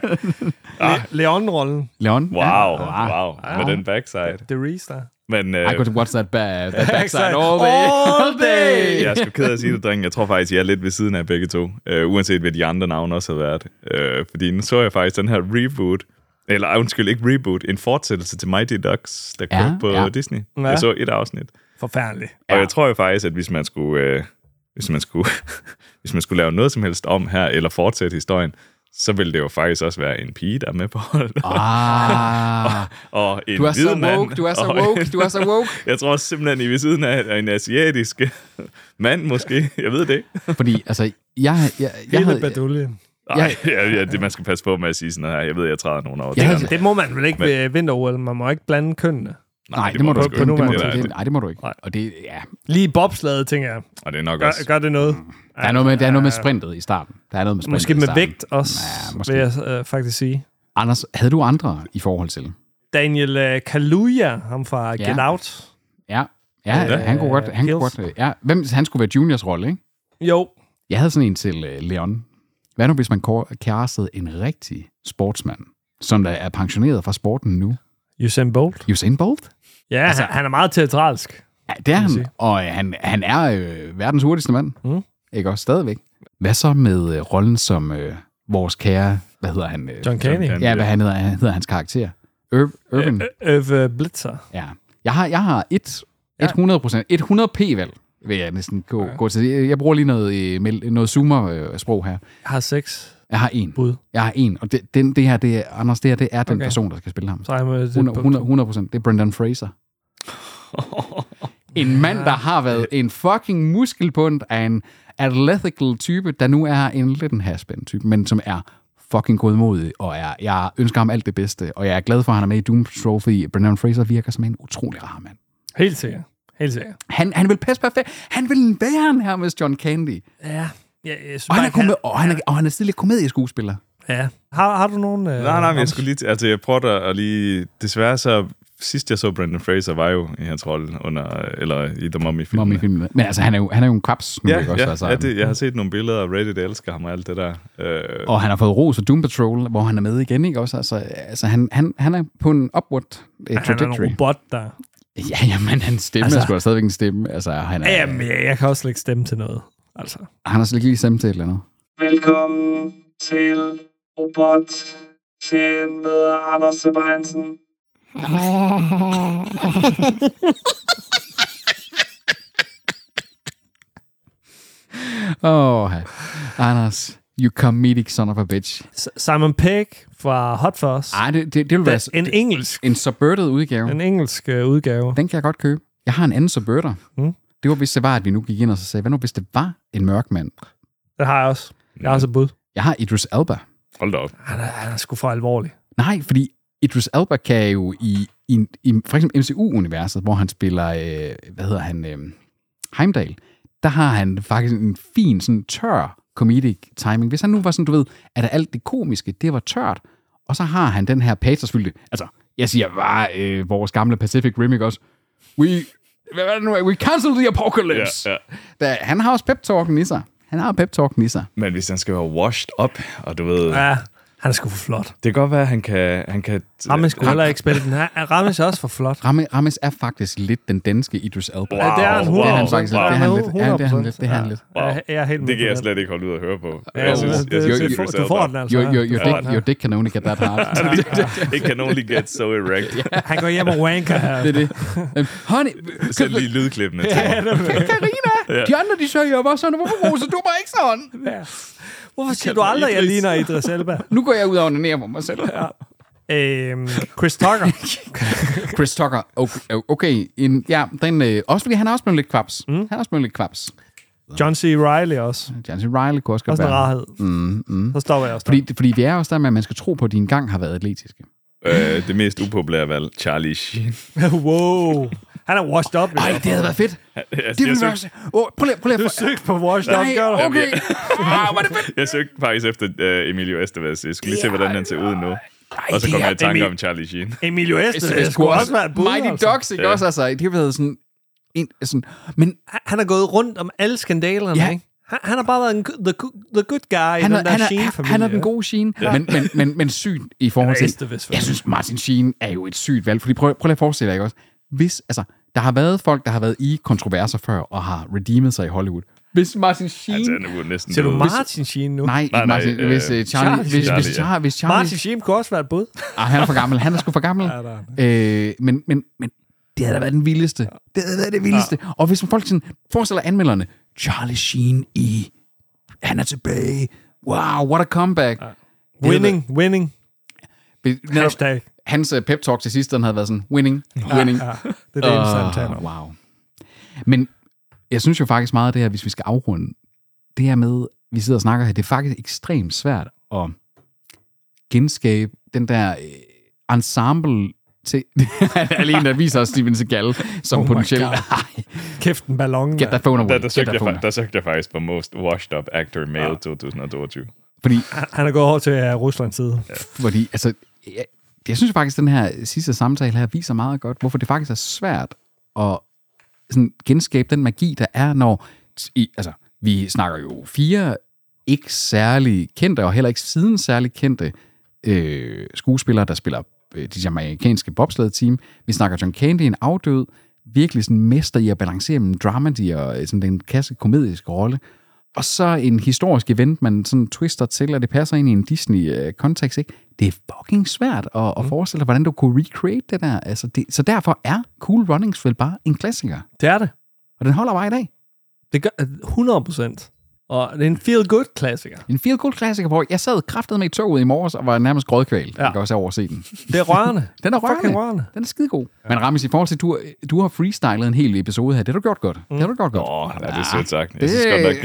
Ah. Le- Leon-rollen. Leon? Wow, wow. Med den backside. The Reese, Men øh, Ah, I got to watch that, ba- that backside Backside all day. all day. jeg er sgu ked af at sige det, dreng. Jeg tror faktisk, jeg er lidt ved siden af begge to. Øh, uanset hvad de andre navne også har været. Øh, fordi nu så jeg faktisk den her reboot. Eller ej, undskyld, ikke reboot. En fortsættelse til Mighty Ducks, der Ja, kørte på ja. Disney. Ja. Jeg så et afsnit. Forfærdelig. Og jeg tror jo faktisk, at hvis man skulle, øh, hvis man skulle, hvis man skulle lave noget som helst om her, eller fortsætte historien, så ville det jo faktisk også være en pige, der er med på holdet. Ah, og en du er hvid så mand, woke, du er så og woke, du er så woke. Jeg tror simpelthen, I er ved siden af er en asiatisk mand måske. Jeg ved det ikke. Fordi, altså, jeg, jeg, jeg, jeg Hele havde... baduljen. Ej, ja, ja, det, man skal passe på med at sige sådan noget her. Jeg ved, jeg træder nogen over. Jeg havde- tæerne. Det må man vel ikke ved vinter Man må ikke blande kønnene. Nej, det må du man ikke. sgu Det må du nuværende ikke. Det er- Nej, det må du ikke. Og det, ja. Lige i bobslaget, tænker jeg. Og det er nok Gør, også... gør det noget. Der er noget med, der er noget med sprintet i starten. Der er noget med sprintet Måske i med starten. vægt også, Ja, ja, måske. vil jeg øh, faktisk sige. Anders, havde du andre i forhold til? Daniel øh, Kaluuya, ham fra ja. Get Out. Ja, ja Ja. han kunne godt... Han, kunne Pills. godt øh, ja. Hvem, han skulle være juniors rolle, ikke? Jo, Jeg havde sådan en til øh, Leon. Hvad nu, hvis man kår- kærestede en rigtig sportsmand, som der er pensioneret fra sporten nu? Usain Bolt. Usain Bolt? Ja, altså, han er meget teatralsk. Ja, det er han. sige. Og øh, han, han er øh, verdens hurtigste mand. Mm. Ikke også? Stadigvæk. Hvad så med øh, rollen som øh, vores kære... Hvad hedder han? Øh, John Candy. Candy. Ja, hvad han hedder, han hedder hans karakter? Ur- Urban? Øve Blitzer. Ja. Jeg har, jeg har et, 100 procent, 100 p-valg, vil jeg næsten gå, ja. gå til. Jeg jeg bruger lige noget, øh, mel- noget zoomer-sprog her. Jeg har seks Jeg har en. bud. Jeg har en, og det, den, det her, det er, Anders, det her, det er den okay. Okay. person, der skal spille ham. Så jeg må, 100, 100, 100 procent. Det er Brendan Fraser. en mand, der har været en fucking muskelbund af en athletical type, der nu er en lidt en haspend type, men som er fucking godmodig, og er, jeg ønsker ham alt det bedste, og jeg er glad for, at han er med i Doom Patrol, fordi Brendan Fraser virker som en utrolig rar mand. Helt sikkert. Helt sikkert. Han, han vil passe perfekt. Han vil være en her med John Candy. Ja. ja jeg synes, Og han er, bare, kom- og han er, og han er tidligere komedieskuespiller. Ja. Har, har du nogen... Øh, Nej, nej, men jeg skulle lige... t- Altså, jeg prøvede at lige... Desværre så sidst jeg så Brendan Fraser, var jo i hans rolle under, eller i The Mummy-filmen. Mummy filmen. Men altså, han er jo, han er jo en kvaps nu, Ja, ikke også? ja, altså, ja det, jeg har set nogle billeder, og Reddit elsker ham og alt det der. Øh, Og han har fået ros af Doom Patrol, hvor han er med igen, ikke også? Altså, altså han, han, han er på en upward uh, Han er trajectory. en robot, der... Ja, jamen, hans stemme Altså- altså, er sgu da stadigvæk en stemme. Altså, han, er, Jamen, ja, jeg kan også slet ikke stemme til noget. Altså. han har slet ikke lige stemme til et eller andet. Velkommen til Robot Scene med Anders Sebastiansen. Åh, oh, Anders, you comedic son of a bitch. S- Simon Pegg fra Hot Fuzz. Ej, det, det, det vil være... Da- en engelsk. En subverted udgave. En engelsk øh, udgave. Den kan jeg godt købe. Jeg har en anden subverter. Mm. Det var, hvis det var, at vi nu gik ind og så sagde, hvad nu, hvis det var en mørk mand? Det har jeg også. Jeg har også et bud. Jeg har Idris Elba. Hold da op. Han er, han er sgu for alvorlig. Nej, fordi Idris Elba kan jo i, i, i for eksempel MCU-universet, hvor han spiller, øh, hvad hedder han, øh, Heimdall, der har han faktisk en fin, sådan tør comedic timing. Hvis han nu var sådan, du ved, at alt det komiske, det var tørt, og så har han den her patosfyldte, altså, jeg siger bare øh, vores gamle Pacific Rim, ikke også? We, hvad var det nu? We cancel the Ja, apocalypse! ja. Da, han har også pep-talken i sig. Han har pep-talken i sig. Men hvis han skal være washed up, og du ved... Ja, han er sgu for flot. Det kan godt være, at han kan... Han kan Rammes skulle heller ikke spille den her. Er Rammes også for flot? Ramme, Rammes er faktisk lidt den danske Idris Elba. Ja, det er han Wow, 100 Det er han faktisk wow. lidt. Det er han lidt. Ja, det er 100%. han lidt. Det er han lidt. Wow. Jeg, jeg er helt med det kan på jeg den. slet ikke holde ud at høre på. Ja, det- det- Idris du- du Elba- får den altså. Your, ja. your, Du your, får den dick, her. your dick can only get that hard. It can only get so erect. Han går hjem og wanker her. det er det. Um, honey, Send lige lydklippene til mig. Karina, de andre de søger jo bare sådan, hvorfor roser du mig ikke sådan? Hvorfor siger du aldrig, at jeg Idris. ligner Idris Elba? Nu går jeg ud og onanerer på mig selv. Øhm, Chris Tucker. Chris Tucker, okay, okay en, ja, den, øh, også fordi han er også blevet lidt kvaps. Mm. Han er også blevet lidt kvaps. John C. Reilly også. Jancy Riley kunne også godt Også en være. rarhed. Så stopper jeg også der. Mm, Fordi, fordi vi er også der med, at man skal tro på, at de engang har været atletiske. Øh, det mest upopulære valg, Charlie Sheen. wow. Han er washed up. Ej, det havde været fedt. Det jeg, ville være... søgte, Åh, Prøv lige, prøv lige. Du at få- søgte på washed up, Nej, gør du? okay. Ah, hvor er det fedt. jeg søgte faktisk efter øh, Emilio Estevez. Jeg skulle lige se, hvordan han ser ud nu. Og så det kom er- jeg i tanke Emil- om Charlie Sheen. Emilio Altså, Estevez. Det skulle også være et bud. Mighty altså. Ducks, ikke Ja. også? Altså, det har været sådan... En, sådan men Han- Han har gået rundt om alle skandalerne, Ja. ikke? Han, han har bare været en, go- the, go- the good guy i han, den er, der han, er, Sheen-familie. han er den gode Sheen, ja. men, men, men, men syg i forhold Eller til... Estevez, for Jeg synes, Martin Sheen er jo et sygt valg, fordi prøv, prøv lige at forestille dig, ikke også? Hvis, altså, der har været folk, der har været i kontroverser før, og har redeemet sig i Hollywood. Hvis Martin Sheen... Altså, han er jo næsten Ser du død. Martin Sheen nu? Nej, nej, nej, Martin, øh, nej hvis, øh, Charlie, Charlie. Charlie, hvis, Charlie, hvis, ja. Charlie, hvis Charlie... Martin Sheen kunne også være et bud. Ah, han er for gammel, han er sgu for gammel. øh, men, men, men det havde da været den vildeste. Det havde været det vildeste. Ja. Og hvis man folk sådan forestiller anmelderne, Charlie Sheen i, han er tilbage. Wow, what a comeback. Ja. Winning, winning. Hashtag. Hans øh, pep talk til sidst, den havde været sådan, winning, winning. Ja, ja. Det er det eneste, han taler om. wow. Men jeg synes jo faktisk meget af det her, hvis vi skal afrunde, det her med, vi sidder og snakker her, det er faktisk ekstremt svært at genskabe den der øh, ensemble til, alene der viser os Steven Seagal som oh my potentielt. God. Ej, Kæft en ballon. Get that phone away. Der, der, Get søgte that jeg, phone fa- away. der søgte jeg faktisk på Most Washed Up Actor Male 2022. Fordi, Han er gået over til øh, Ruslands side. fordi altså, jeg, jeg synes faktisk, at den her sidste samtale her viser meget godt, hvorfor det faktisk er svært at sådan genskabe den magi, der er, når i, altså, vi snakker jo fire ikke særlig kendte, og heller ikke siden særlig kendte øh, skuespillere, der spiller øh, de amerikanske bobsled-team. Vi snakker John Candy, en afdød, virkelig sådan mester i at balancere mellem dramedy og øh, sådan den kasse komediske rolle. Og så en historisk event, man sådan twister til, og det passer ind i en Disney-kontekst, ikke? Det er fucking svært at, at forestille dig, hvordan du kunne recreate det der. Altså det, så derfor er Cool Runnings vel bare en klassiker. Det er det. Og den holder bare i dag. Det gør 100 procent. Og det er en feel-good-klassiker. En feel good klassiker, hvor jeg sad kraftet med i toget i morges og var nærmest grådkval. Ja. Ja. Jeg kan også overse den. Det er rørende. Den er rørende. Fucking rørende. Den er skidegod. Ja. Men Rammes, i forhold til, at du, du har freestylet en hel episode her, det har du gjort godt. Mm. Det har du gjort godt. Åh, oh, ja, det er sødt sagt. Jeg det- synes godt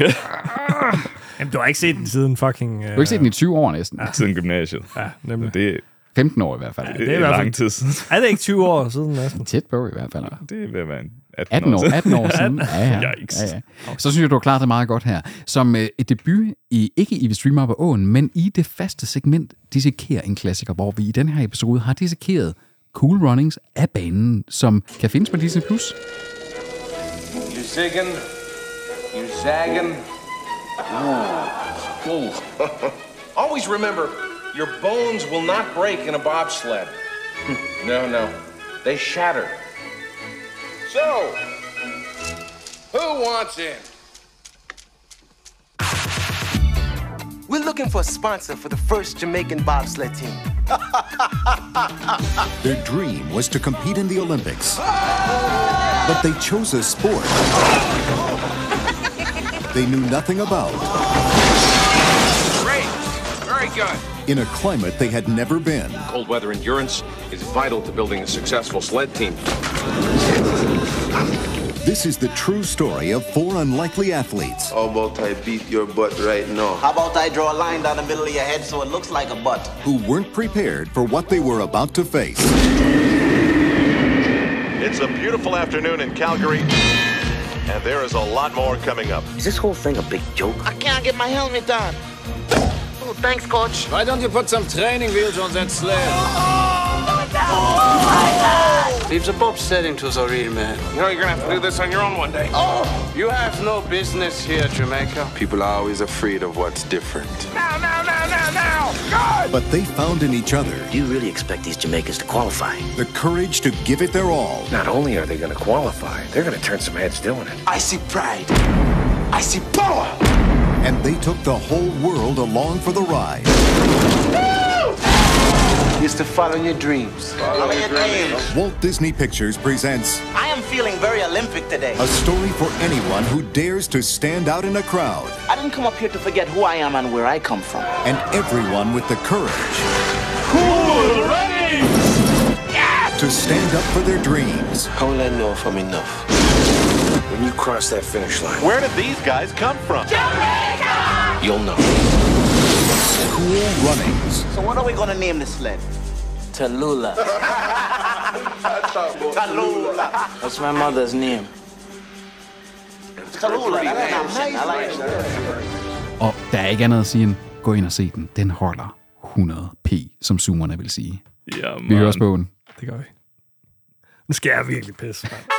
nok, Jamen, du har ikke set den siden fucking... Øh, Du har ikke set den i 20 år næsten. Ja. siden gymnasiet. Ja, øh, nemlig. Det er, 15 år i hvert fald. det i er, hvert fald- lang tid siden. Er det ikke 20 år siden næsten? Tæt på i hvert fald. Det vil være en 18, 18 år, siden. 18 år siden. Ja, ja. ja, Yikes. ja. Så synes jeg, du har klaret det meget godt her. Som øh, et debut, i, ikke i Vi Streamer på åen, men i det faste segment, dissekerer en klassiker, hvor vi i den her episode har dissekeret Cool Runnings af banen, som kan findes på Disney+. Plus. You zigging, you zagging. Ooh, ooh. Always remember, your bones will not break in a bobsled. no, no, they shatter. So, who wants in? We're looking for a sponsor for the first Jamaican bobsled team. Their dream was to compete in the Olympics, but they chose a sport they knew nothing about Great. Very good. in a climate they had never been. Cold weather endurance is vital to building a successful sled team. This is the true story of four unlikely athletes How about I beat your butt right Oh. now? How about I draw a line down the middle of your head so it looks like a butt? who weren't prepared for what they were about to face. It's a beautiful afternoon in Calgary, and there is a lot more coming up. Is this whole thing a big joke? I can't get my helmet on. Oh, thanks, coach. Why don't you put some training wheels on that sled? Leave the bobsledding to the real man. You know, you're gonna have to do this on your own one day. Oh! You have no business here, Jamaica. People are always afraid of what's different. Now, now, now, now, now! God! But they found in each other. Do you really expect these Jamaicans to qualify? The courage to give it their all. Not only are they going to qualify, they're going to turn some heads doing it. I see pride. I see power. And they took the whole world along for the ride. Is to follow your dreams. Follow your dreams. Walt Disney Pictures presents I am feeling very Olympic today. a story for anyone who dares to stand out in a crowd I didn't come up here to forget who I am and where I come from. and everyone with the courage Cool running! to stand up for their dreams. Don't let know if I'm enough. When you cross that finish line, Where did these guys come from? you'll know. Cool runnings. So what are we gonna name this sled? Tallulah. Tallulah. That's my mother's name. Tallulah. That's an option. I like it. Og der er ikke andet at sige end, gå ind og se den. Den holder 100p, som zoomerne vil sige. Jamen. Vi hører os på den. Det gør vi. Nu skal jeg virkelig pisse, mand.